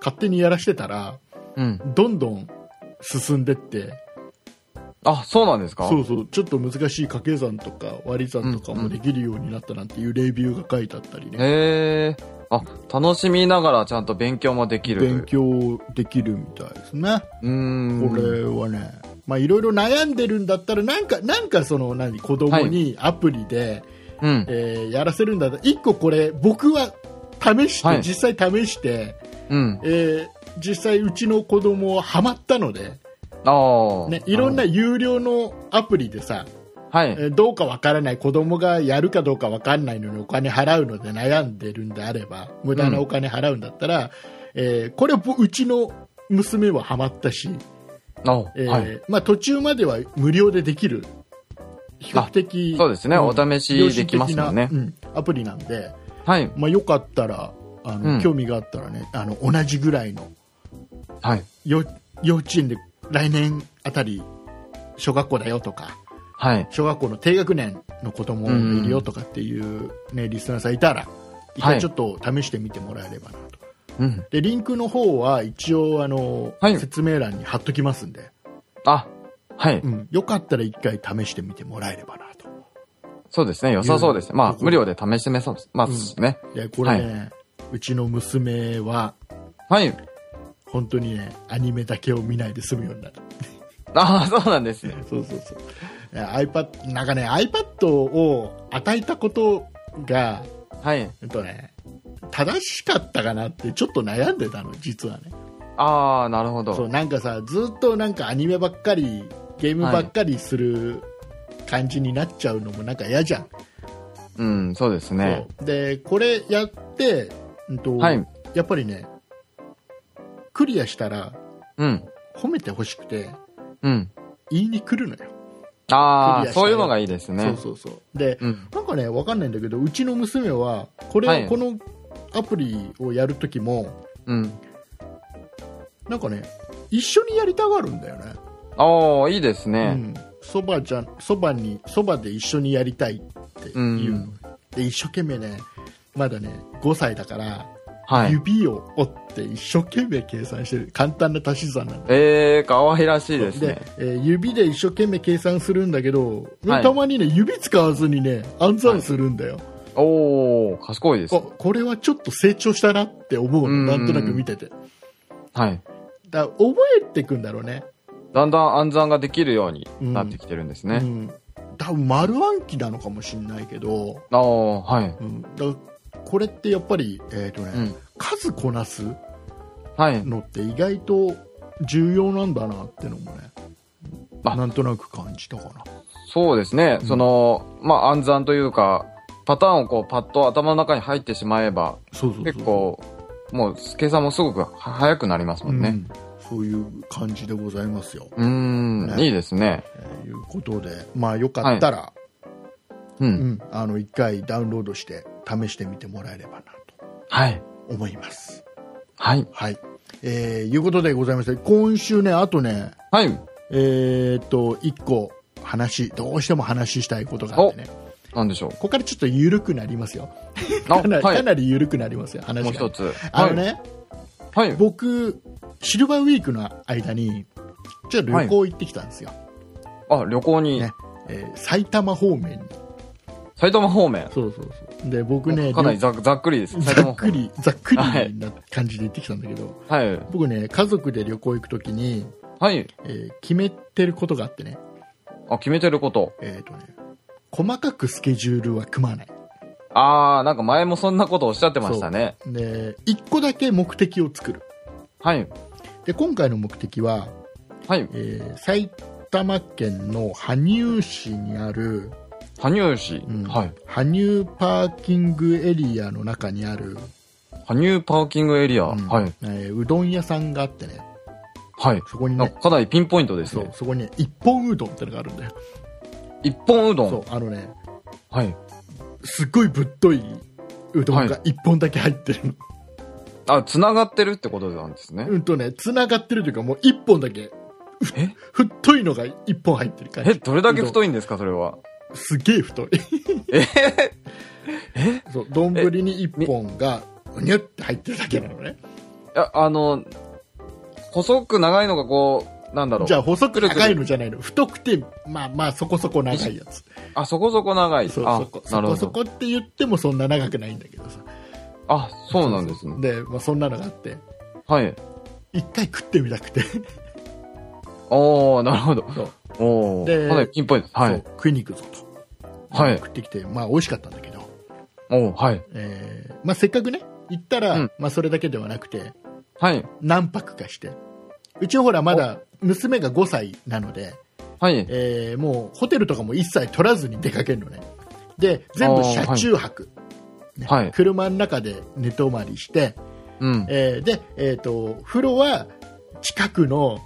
Speaker 2: 勝手にやらしてたら
Speaker 3: うん。
Speaker 2: どんどん進んでって
Speaker 3: あ、そうなんですか
Speaker 2: そうそうちょっと難しい掛け算とか割り算とかもできるようになったなんていうレビューが書いてあったりね、
Speaker 3: へえ。あ、楽しみながらちゃんと勉強もできる。
Speaker 2: 勉。強できるみたいですね、
Speaker 3: うーん。
Speaker 2: これはね、まあ、いろいろ悩んでるんだったらなんかなんかその何子供にアプリで、
Speaker 3: うん。
Speaker 2: えーやらせるんだったら1個これ僕は試して、
Speaker 3: はい
Speaker 2: 実際試して、
Speaker 3: うん。
Speaker 2: えー実際うちの子供はハマったので、
Speaker 3: ああ。
Speaker 2: ね、いろんな有料のアプリでさ、
Speaker 3: はい。
Speaker 2: えーどうかわからない子供がやるかどうかわかんないのにお金払うので悩んでるんであれば無駄なお金払うんだったら、えーこれぼうちの娘はハマったし、
Speaker 3: あ、
Speaker 2: えー
Speaker 3: はい。
Speaker 2: まあ、途中までは無料でできる比較的
Speaker 3: そうですね
Speaker 2: ん
Speaker 3: お試し
Speaker 2: 良心
Speaker 3: できますもんね
Speaker 2: 的なうんアプリなんで、
Speaker 3: はい。
Speaker 2: まあ、よかったらあの、
Speaker 3: うん
Speaker 2: 興味があったらねあの同じぐらいの
Speaker 3: はい。
Speaker 2: よ幼稚園で来年あたり小学校だよとか
Speaker 3: はい。
Speaker 2: 小学校の低学年の子供もいるよとかっていう、ね、リスナーさんいたら一
Speaker 3: は
Speaker 2: 回
Speaker 3: い
Speaker 2: ちょっと試してみてもらえればなと、
Speaker 3: うん。
Speaker 2: でリンクの方は一応あの、
Speaker 3: はい
Speaker 2: 説明欄に貼っときますんで、
Speaker 3: あ、はい。
Speaker 2: うん、よかったら一回試してみてもらえればなと
Speaker 3: そうですね。良さそうですね。まあ
Speaker 2: と、こ
Speaker 3: 無
Speaker 2: ろ
Speaker 3: 料で試してみそうです。まあ、
Speaker 2: うん
Speaker 3: ね。
Speaker 2: でこれね、うちの娘は
Speaker 3: はい。
Speaker 2: 本当にねアニメだけを見ないで済むようになる
Speaker 3: ああ、そうなんですね。
Speaker 2: そうそうそうえ iPad なんかね iPad を与えたことが
Speaker 3: はい。
Speaker 2: えっとね正しかったかなってちょっと悩んでたの実はね
Speaker 3: ああ、なるほ
Speaker 2: そう
Speaker 3: ど。
Speaker 2: なんかさずっとなんかアニメばっかりゲームばっかりする感じになっちゃうのもなんか嫌じゃん、
Speaker 3: うん、そうですね。
Speaker 2: そうでこれやって、うんと
Speaker 3: はい
Speaker 2: やっぱりねクリアしたら
Speaker 3: うん。
Speaker 2: 褒めてほしくて
Speaker 3: うん。
Speaker 2: 言いに来るのよ、
Speaker 3: あ
Speaker 2: クリアした
Speaker 3: あ、
Speaker 2: い
Speaker 3: そういうのがいいですね。
Speaker 2: そうそうそうで、
Speaker 3: うん。
Speaker 2: なんかねわかんないんだけどうちの娘はこれ、
Speaker 3: はい
Speaker 2: このアプリをやるときも
Speaker 3: うん。
Speaker 2: なんかね一緒にやりたがるんだよね
Speaker 3: ああ、いいです
Speaker 2: う
Speaker 3: ね。
Speaker 2: んそば、じゃそばにそばで一緒にやりたいっていうの、
Speaker 3: うん
Speaker 2: で一生懸命ねまだね5歳だから、
Speaker 3: はい。
Speaker 2: 指を折って一生懸命計算してる簡単な足し算なんだ
Speaker 3: ええ、可愛らしいですね
Speaker 2: で。、えー指で一生懸命計算するんだけど、
Speaker 3: はい
Speaker 2: たまにね指使わずにね暗算するんだよ、
Speaker 3: おー、賢いです
Speaker 2: あ。これはちょっと成長したなって思う
Speaker 3: う
Speaker 2: の
Speaker 3: ん
Speaker 2: なんとなく見てて
Speaker 3: はい。
Speaker 2: だ覚えてくんだろうね
Speaker 3: だんだん暗算ができるようになってきてるんです
Speaker 2: う
Speaker 3: ね。
Speaker 2: ん、多分丸暗記なのかもしれないけど、
Speaker 3: ああ、はい。
Speaker 2: うん、だからこれってやっぱり、えーとね
Speaker 3: うん。
Speaker 2: 数こなす
Speaker 3: はい。
Speaker 2: のって意外と重要なんだなってのもね
Speaker 3: あ
Speaker 2: なんとなく感じたかな
Speaker 3: そうですね。
Speaker 2: うん
Speaker 3: その、まあ、暗算というか、パターンをこう、パッと頭の中に入ってしまえば、
Speaker 2: そうそうそう
Speaker 3: 結構、もう、計算もすごくは早くなりますもん
Speaker 2: う
Speaker 3: ね。
Speaker 2: ん、そういう感じでございますよ。
Speaker 3: うーん、
Speaker 2: ね
Speaker 3: いいですね。
Speaker 2: えーいうことで、まあよかったら、
Speaker 3: う。
Speaker 2: うんん、あの一回ダウンロードして試してみてもらえればなと
Speaker 3: はい。
Speaker 2: 思います。
Speaker 3: はい。
Speaker 2: はい。えーいうことでございまして、今週ね、あとね、
Speaker 3: はい。
Speaker 2: えーっと、一個話、どうしても話したいことがあってね、
Speaker 3: なんでしょう。
Speaker 2: ここからちょっと緩くなりますよ。
Speaker 3: あ、
Speaker 2: かなり,、
Speaker 3: はい。
Speaker 2: かなり緩くなりますよ、話
Speaker 3: もう
Speaker 2: が
Speaker 3: 一。つ。
Speaker 2: あ
Speaker 3: は
Speaker 2: の
Speaker 3: い。
Speaker 2: ね、
Speaker 3: はい。
Speaker 2: 僕、シルバーウィークの間に、ちょっと旅行行ってきたんですよ。
Speaker 3: あ、旅行に、
Speaker 2: ねえー埼玉方面に。
Speaker 3: 埼玉方面。
Speaker 2: そうそうそう。で、僕ね、
Speaker 3: かなり
Speaker 2: 旅
Speaker 3: ざざっくりです。埼
Speaker 2: ざ
Speaker 3: 玉
Speaker 2: っ
Speaker 3: 方
Speaker 2: く
Speaker 3: 面。
Speaker 2: り、ざっくり
Speaker 3: はい
Speaker 2: な感じで行ってきたんだけど、
Speaker 3: はい。
Speaker 2: 僕ね、家族で旅行行くときに、
Speaker 3: はい。
Speaker 2: えー決めてることがあってね、
Speaker 3: あ、決めてること。
Speaker 2: えっ、とね、細かくスケジュールは組まない。
Speaker 3: あー、なんか前もそんなことおっしゃってましたね。
Speaker 2: で、一個だけ目的を作る。
Speaker 3: はい。
Speaker 2: で、今回の目的は、
Speaker 3: はい。
Speaker 2: えー埼玉県の羽生市にある、
Speaker 3: 羽生市。
Speaker 2: うん
Speaker 3: はい。
Speaker 2: 羽生パーキングエリアの中にある、
Speaker 3: 羽生パーキングエリア。
Speaker 2: うん
Speaker 3: はい。
Speaker 2: えーうどん屋さんがあってね、
Speaker 3: はい。
Speaker 2: そこに
Speaker 3: なん
Speaker 2: ね
Speaker 3: か、かなりピンポイントです
Speaker 2: そう
Speaker 3: ね。
Speaker 2: そこにね一本うどんってのがあるんだよ、
Speaker 3: 一本うど
Speaker 2: そ
Speaker 3: ん
Speaker 2: う。あのね
Speaker 3: はい。
Speaker 2: すっごいぶっというどんが一本だけ入ってるの、
Speaker 3: あ、繋がってるってことなんですね。
Speaker 2: うんとね繋がってるというかもう一本だけふ
Speaker 3: え
Speaker 2: ふっといのが一本入ってる感
Speaker 3: え、
Speaker 2: じ
Speaker 3: どれだけ太いんですか、それは。
Speaker 2: すげえ太い そう丼に一本がにゅって入ってるだけなのね
Speaker 3: いや、あの、細く長いのがこう、なんだろう。
Speaker 2: じゃあ細く
Speaker 3: くるくる
Speaker 2: 長いのじゃないの太くてまあまあそこそこ長いやつ
Speaker 3: あ、そこそこ長い。
Speaker 2: そう
Speaker 3: あ
Speaker 2: そこ、
Speaker 3: な
Speaker 2: そ
Speaker 3: るほ
Speaker 2: こ
Speaker 3: ど。
Speaker 2: そこって言ってもそんな長くないんだけどさ
Speaker 3: あ、そうなんですね。
Speaker 2: で、まあ、そんなのがあって
Speaker 3: はい。
Speaker 2: 一回食ってみたくて
Speaker 3: おー、なるほど
Speaker 2: そう。
Speaker 3: お
Speaker 2: で
Speaker 3: ー、かなりピンポイント。は
Speaker 2: そう
Speaker 3: い。
Speaker 2: 食いに行くぞと
Speaker 3: はい。
Speaker 2: 食ってきて、まあ、美味しかったんだけど、
Speaker 3: おー、はい。
Speaker 2: えーまあ、せっかくね行ったら、
Speaker 3: うん
Speaker 2: まあ、それだけではなくて
Speaker 3: はい。
Speaker 2: 何泊かしてうちほらまだ娘が5歳なので、
Speaker 3: はい。
Speaker 2: えーもうホテルとかも一切取らずに出かけるのねで全部車中泊、ね
Speaker 3: はい
Speaker 2: 車の中で寝泊まりして、
Speaker 3: うん。
Speaker 2: えーで、えー、と風呂は近くの、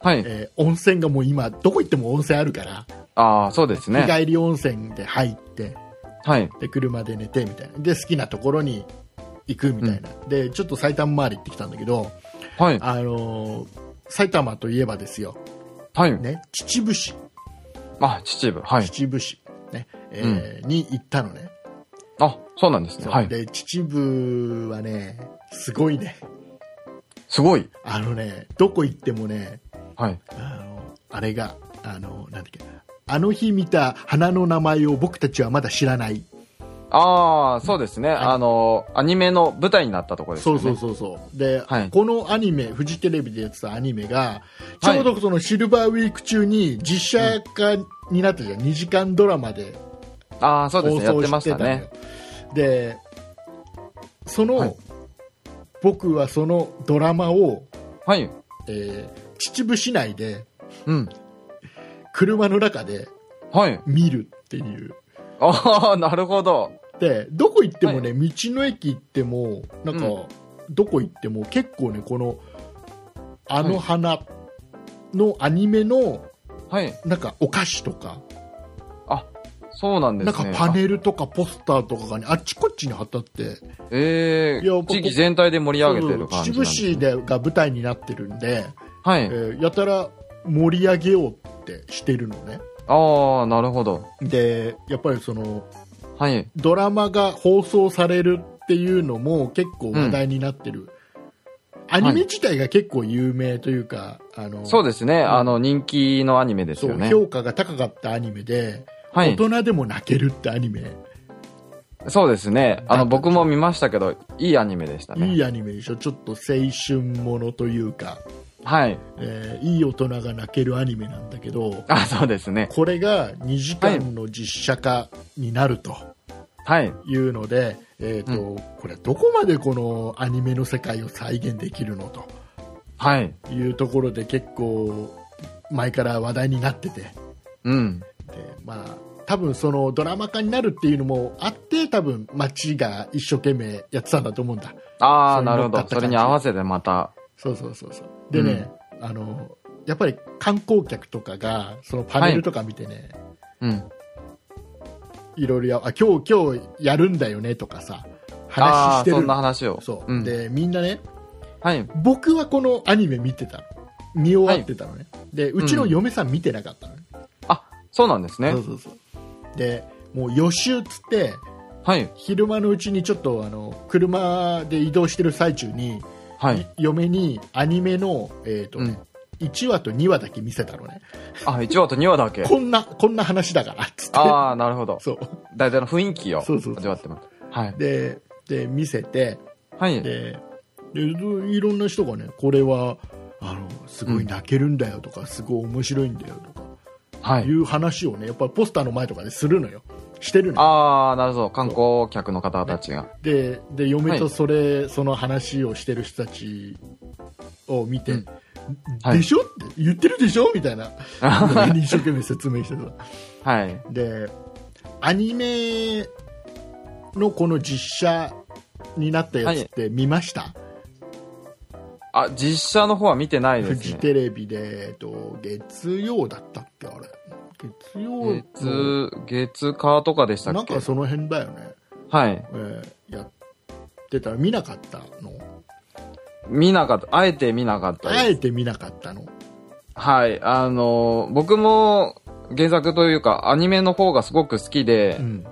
Speaker 3: はい。
Speaker 2: えー温泉がもう今どこ行っても温泉あるから、
Speaker 3: あー、そうです
Speaker 2: 日
Speaker 3: ね。
Speaker 2: 帰り温泉で入って
Speaker 3: はい。
Speaker 2: で車で寝てみたいなで好きなところに行くみたいな、でちょっと埼玉周り行ってきたんだけど、
Speaker 3: はい。
Speaker 2: あのー埼玉といえばですよ、
Speaker 3: はい。
Speaker 2: ね、秩父市
Speaker 3: あ、秩父。はい。
Speaker 2: 秩父市、ねえーに行ったのね、
Speaker 3: あ、そうなんですね。
Speaker 2: そう
Speaker 3: はい。
Speaker 2: で秩父はねすごいね
Speaker 3: すごい。
Speaker 2: あのねどこ行ってもね
Speaker 3: はい。
Speaker 2: あのあれがあのなんだっけあの日見た花の名前を僕たちはまだ知らない
Speaker 3: ああ、そうですね。
Speaker 2: い
Speaker 3: あの、アニメの舞台になったとこです
Speaker 2: そ
Speaker 3: よ
Speaker 2: う
Speaker 3: ね。
Speaker 2: そうそうそうで、
Speaker 3: はい
Speaker 2: このアニメフジテレビでやってたアニメがち
Speaker 3: はい
Speaker 2: ょうどそのシルバーウィーク中に実写化になったじゃん、2時間ドラマで
Speaker 3: ああ、そうです
Speaker 2: 放
Speaker 3: ね。やっ
Speaker 2: 送
Speaker 3: てま
Speaker 2: し
Speaker 3: してた
Speaker 2: たのよ
Speaker 3: ね。
Speaker 2: でその、
Speaker 3: はい
Speaker 2: 僕はそのドラマを、
Speaker 3: はい。
Speaker 2: えー秩父市内で
Speaker 3: うん。
Speaker 2: 車の中で
Speaker 3: はい。
Speaker 2: 見るっていう
Speaker 3: あ あ、なるほど。
Speaker 2: でどこ行っても
Speaker 3: は
Speaker 2: ね、道の駅行ってもなんか、
Speaker 3: う
Speaker 2: どこ行っても結構ねこの「あの花」のアニメの
Speaker 3: はい。
Speaker 2: なんかお菓子とか、
Speaker 3: そうなんです
Speaker 2: な
Speaker 3: ね
Speaker 2: ん。かパネルとかポスターとかがねあっちこっちに貼ってあって
Speaker 3: あええ
Speaker 2: いや僕
Speaker 3: 地域全体で盛り上げてる感じ
Speaker 2: 秩
Speaker 3: なん
Speaker 2: 父
Speaker 3: です
Speaker 2: 市でが舞台になってるんで、
Speaker 3: は
Speaker 2: え
Speaker 3: い。
Speaker 2: ーやたら盛り上げようってしてるのね
Speaker 3: ああ、なるほど。
Speaker 2: でやっぱりその
Speaker 3: はい。
Speaker 2: ドラマが放送されるっていうのも結構話題になってる、アニメ自体が結構有名というか、あの
Speaker 3: そうですね。
Speaker 2: ん
Speaker 3: あの、人気のアニメですよ
Speaker 2: そう
Speaker 3: ね。
Speaker 2: 評価が高かったアニメで、
Speaker 3: はい。
Speaker 2: 大人でも泣けるってアニメ
Speaker 3: そうですね。あ
Speaker 2: だって
Speaker 3: の、僕も見ましたけど、いいアニメでしたね。
Speaker 2: いいアニメでしょちょっと青春ものというか、
Speaker 3: はい。
Speaker 2: えーいい大人が泣けるアニメなんだけど
Speaker 3: あ、そうですね。
Speaker 2: これが2時間の実写化になると
Speaker 3: はい。
Speaker 2: いうので、えーとこれどこまでこのアニメの世界を再現できるのと
Speaker 3: はい。
Speaker 2: いうところで結構前から話題になっててで、
Speaker 3: うん。
Speaker 2: まあ、多分そのドラマ化になるっていうのもあって多分町が一生懸命やってたんだと思うんだ
Speaker 3: あ
Speaker 2: そ
Speaker 3: あ、
Speaker 2: う
Speaker 3: なるほ
Speaker 2: 乗っか
Speaker 3: ど。
Speaker 2: った
Speaker 3: それに合わせてまた。
Speaker 2: そうそうそうそうでね、あのやっぱり観光客とかがそのパネルとか見てね、
Speaker 3: うん。
Speaker 2: い、ろいろやあ今日今日やるんだよねとかさ話
Speaker 3: あ
Speaker 2: し
Speaker 3: あー、
Speaker 2: て
Speaker 3: そ
Speaker 2: る
Speaker 3: んな話を。
Speaker 2: そう、
Speaker 3: うん、
Speaker 2: でみんなね
Speaker 3: はい。
Speaker 2: 僕はこのアニメ見てたの見終わってたのね、でうちの嫁さん見てなかったのね、
Speaker 3: あ、そうなんですね
Speaker 2: そ。うそうそうでもう予習っつって
Speaker 3: はい。
Speaker 2: 昼間のうちにちょっとあの車で移動してる最中に、
Speaker 3: はい。
Speaker 2: 嫁にアニメの、えーと
Speaker 3: う
Speaker 2: ね
Speaker 3: ん。
Speaker 2: 1話と2話だけ見せたのね
Speaker 3: あ、1話と2話だけ。
Speaker 2: こんなこんな話だからっつって
Speaker 3: ああ、なるほど。
Speaker 2: そう
Speaker 3: 大体の雰囲気を
Speaker 2: そうそうそう
Speaker 3: 味わってます。はい。
Speaker 2: でで見せて
Speaker 3: はい。
Speaker 2: ででいろんな人がねこれはあのすごい泣けるんだよとか、すごい面白いんだよとか
Speaker 3: はいい。
Speaker 2: う話をねやっぱりポスターの前とかでするのよしてるのよ
Speaker 3: ああ、なるほど。観光客の方たちが。
Speaker 2: でで嫁
Speaker 3: は
Speaker 2: と
Speaker 3: い
Speaker 2: それ、その話をしてる人たちを見て、
Speaker 3: うんはい
Speaker 2: でしょって言ってるでしょみた いな一生懸命説明してた
Speaker 3: はい。
Speaker 2: でアニメのこの実写になったやつって見ました、
Speaker 3: あ、実写の方は見てないで
Speaker 2: フ
Speaker 3: す
Speaker 2: ジ
Speaker 3: ね。
Speaker 2: テレビで、えっと、月曜だったっけあれ月曜の
Speaker 3: 月、月火とかでした
Speaker 2: な
Speaker 3: っ
Speaker 2: ん
Speaker 3: け
Speaker 2: かその辺だよね、
Speaker 3: はい。
Speaker 2: えーやってたら見なかったの
Speaker 3: 見なかった。あえて見なかったです
Speaker 2: あえて見なかったの
Speaker 3: はい。あのー僕も原作というか、アニメの方がすごく好きで、
Speaker 2: うん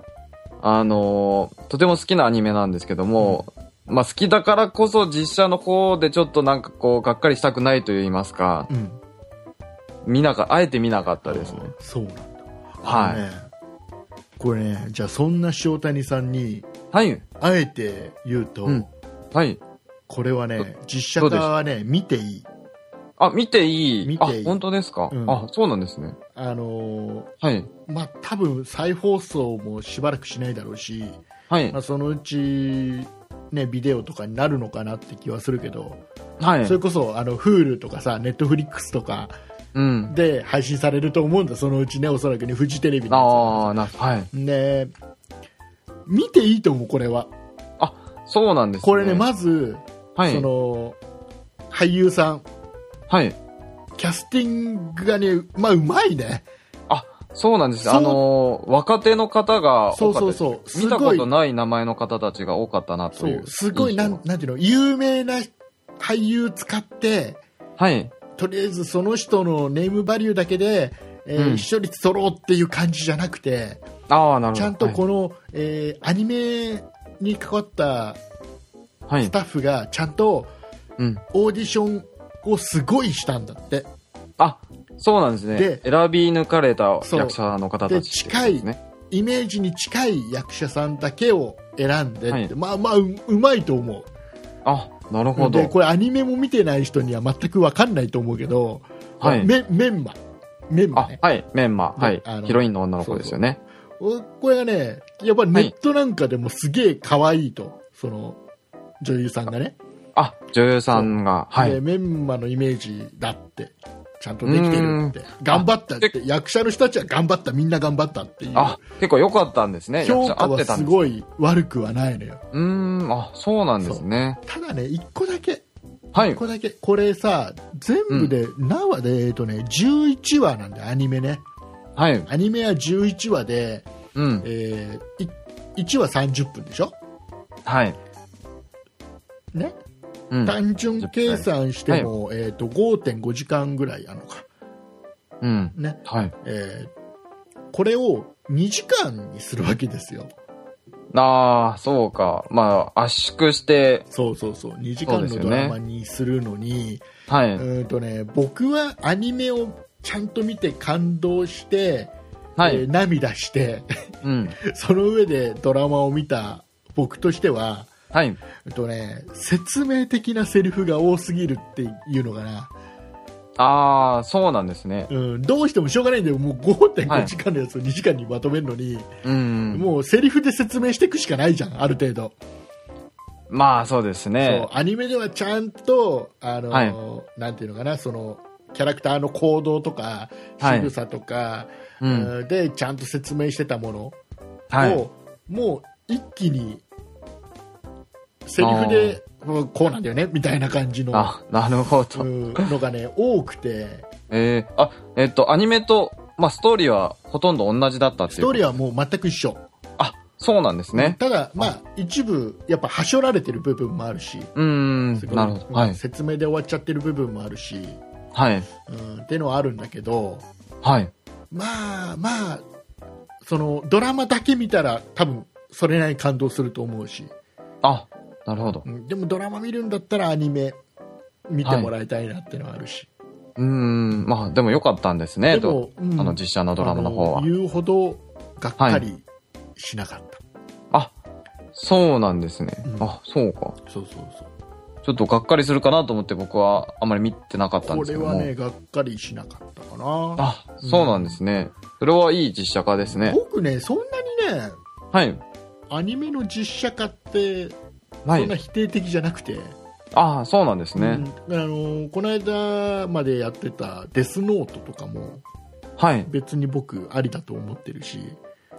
Speaker 3: あのーとても好きなアニメなんですけども、まあ好きだからこそ実写の方でちょっとなんかこう、がっかりしたくないと言いますか、
Speaker 2: うん
Speaker 3: 見なか、あえて見なかったですね。
Speaker 2: そうなんだ
Speaker 3: はい
Speaker 2: いこれねじゃあそんな塩谷さんに
Speaker 3: はい。
Speaker 2: あえて言うと、
Speaker 3: うんはい。
Speaker 2: これはね実写化はね見ていい
Speaker 3: あ、見ていい。
Speaker 2: 見ていい
Speaker 3: あ、本当ですか、
Speaker 2: うん
Speaker 3: あ、そうなんですね。
Speaker 2: あのー
Speaker 3: はい。
Speaker 2: まあ多分再放送もしばらくしないだろうし、
Speaker 3: はい
Speaker 2: まあ、。そのうち、ね、ビデオとかになるのかなって気はするけど、
Speaker 3: はい
Speaker 2: そ。れこそあの Hulu とかさ Netflix とか
Speaker 3: うん。
Speaker 2: で配信されると思うんだそのうちねおそらくねフジテレビの
Speaker 3: ああ、な、はい。
Speaker 2: やつね見ていいと思うこれは
Speaker 3: そうなんですね。
Speaker 2: これねまず、
Speaker 3: はい
Speaker 2: そ。の俳優さん
Speaker 3: はい。
Speaker 2: キャスティングがねまあうまいね
Speaker 3: あ、そうなんです。
Speaker 2: そう
Speaker 3: あのー若手の方が
Speaker 2: そ
Speaker 3: 多
Speaker 2: う
Speaker 3: か
Speaker 2: そう
Speaker 3: ったです。
Speaker 2: そうす
Speaker 3: 見たこ
Speaker 2: ごい
Speaker 3: とない名前の方たちが多かったなと
Speaker 2: そ
Speaker 3: いう。
Speaker 2: うすごい
Speaker 3: 印象
Speaker 2: な
Speaker 3: が
Speaker 2: んなんていうの有名な俳優使って
Speaker 3: はい。
Speaker 2: とりあえずその人のネームバリューだけで、えー
Speaker 3: うん
Speaker 2: 視聴率取ろうっていう感じじゃなくて、
Speaker 3: ああ、なるほど。
Speaker 2: ちゃんと
Speaker 3: はい
Speaker 2: この、えーアニメに関わった
Speaker 3: は
Speaker 2: ス
Speaker 3: い。
Speaker 2: タッフがちゃんと
Speaker 3: うん。
Speaker 2: オーディションをすごいしたんだって
Speaker 3: あ、そうなんですね。
Speaker 2: で
Speaker 3: 選び抜かれた
Speaker 2: そう
Speaker 3: 役者の方た
Speaker 2: で
Speaker 3: ち、ってことですね。
Speaker 2: イメージに近い役者さんだけを選んでって、
Speaker 3: はい
Speaker 2: まあまあううまいと思
Speaker 3: あ、なるほ
Speaker 2: うで
Speaker 3: ど。
Speaker 2: これアニメも見てない人には全く分かんないと思うけど、
Speaker 3: はい
Speaker 2: メメンマメンマ
Speaker 3: あ
Speaker 2: ね、
Speaker 3: はい。メンマ。
Speaker 2: で
Speaker 3: はい
Speaker 2: あの。
Speaker 3: ヒロインの女の子ですよね。
Speaker 2: おこれがね、やっぱネットなんかでもすげえ可愛いと、その女優さんがね、
Speaker 3: あ、女優さんが。はい
Speaker 2: で。メンマのイメージだって、ちゃんとできてるって、頑張ったっ
Speaker 3: あ
Speaker 2: て、役者の人たちは頑張った、みんな頑張ったっていう、
Speaker 3: あ、結構良かったんですね。
Speaker 2: 評価
Speaker 3: 役者合っ
Speaker 2: は
Speaker 3: てたん
Speaker 2: す
Speaker 3: です
Speaker 2: ごい悪くはないのよ。
Speaker 3: うーん、あ、そうなんですね。
Speaker 2: ただね、一個だけ、
Speaker 3: は
Speaker 2: 一
Speaker 3: い。
Speaker 2: 個だけ、これさ、全部で、何話で、えっとね、11話なんだよ、アニメね。
Speaker 3: はい。
Speaker 2: アニメは11話で、
Speaker 3: うん。
Speaker 2: えー、1話30分でしょ
Speaker 3: はい。
Speaker 2: ね
Speaker 3: うん。
Speaker 2: 単純計算しても、えー、と5.5時間ぐらいあるのか、
Speaker 3: うん。
Speaker 2: ね
Speaker 3: はい。
Speaker 2: えーこれを2時間にするわけですよ
Speaker 3: ああ、そうか。まあ、圧縮して、
Speaker 2: そうそうそう2時間のドラマにするのに,、。
Speaker 3: はいう
Speaker 2: んとね僕はアニメをちゃんと見て感動して、
Speaker 3: はい。
Speaker 2: えー涙して、
Speaker 3: うん。
Speaker 2: その上でドラマを見た僕としては、
Speaker 3: はい。
Speaker 2: えっとね、説明的なセリフが多すぎるっていうのかな、
Speaker 3: ああ、そうなんですね。
Speaker 2: うん、どうしてもしょうがないんだよ、もう
Speaker 3: は
Speaker 2: 5.5
Speaker 3: い
Speaker 2: 時間のやつを2時間にまとめるのに、
Speaker 3: うん。
Speaker 2: もうセリフで説明していくしかないじゃん、ある程度。
Speaker 3: まあ、そうです
Speaker 2: そう
Speaker 3: ね。
Speaker 2: アニメではちゃんと、あの
Speaker 3: はい
Speaker 2: なんていうのかな、そのキャラクターの行動とか、
Speaker 3: はい
Speaker 2: 仕草とか、
Speaker 3: うん。
Speaker 2: うんでちゃんと説明してたものを、
Speaker 3: はい。
Speaker 2: もう一気に、セリフで、うんこうなんだよねみたいな感じの、
Speaker 3: あ、なるほ
Speaker 2: う
Speaker 3: ど。
Speaker 2: んのがね、多くて。
Speaker 3: えー、あ、えっと、アニメと、まあ、ストーリーはほとんど同じだったってい
Speaker 2: ス
Speaker 3: う。
Speaker 2: トーリー
Speaker 3: は
Speaker 2: はもう全く一緒、
Speaker 3: あ、そうなんですね。
Speaker 2: ただ、まあ、一部、やっぱはしょられてる部分もあるし、
Speaker 3: うん。
Speaker 2: すごい
Speaker 3: なるほど。は
Speaker 2: うん
Speaker 3: い。
Speaker 2: 説明で終わっちゃってる部分もあるし、
Speaker 3: はい。
Speaker 2: うん、っていうのはあるんだけど、
Speaker 3: はい。
Speaker 2: まあまあ、そのドラマだけ見たら、多分それなりに感動すると思うし、
Speaker 3: あ、なるほど
Speaker 2: う。んでもドラマ見るんだったら、アニメ見てもらいたいなっていうのはあるし、
Speaker 3: うん。まあ、でもよかったんですね。
Speaker 2: でも
Speaker 3: と、
Speaker 2: うん
Speaker 3: あの、実写のドラマの方は
Speaker 2: あ。言うほどがっかりしなかった。
Speaker 3: あ、そうなんですね
Speaker 2: う。ん
Speaker 3: あ、そうか。
Speaker 2: そうそうそう
Speaker 3: ちょっとがっかりするかなと思って僕はあまり見てなかったん
Speaker 2: こ
Speaker 3: です
Speaker 2: れ
Speaker 3: けども。
Speaker 2: はね、がっかりしなかったかな。
Speaker 3: あ、そうなんですね。それはいい実写化ですね。
Speaker 2: 僕ね、そんなにね、
Speaker 3: はい。
Speaker 2: アニメの実写化って、
Speaker 3: は。
Speaker 2: そんない否定的じゃなくて、
Speaker 3: ああ、そうなんです
Speaker 2: うんあ
Speaker 3: ね。
Speaker 2: のこの間までやってたデスノートとかも、
Speaker 3: はい。
Speaker 2: 別に僕、ありだと思ってるし、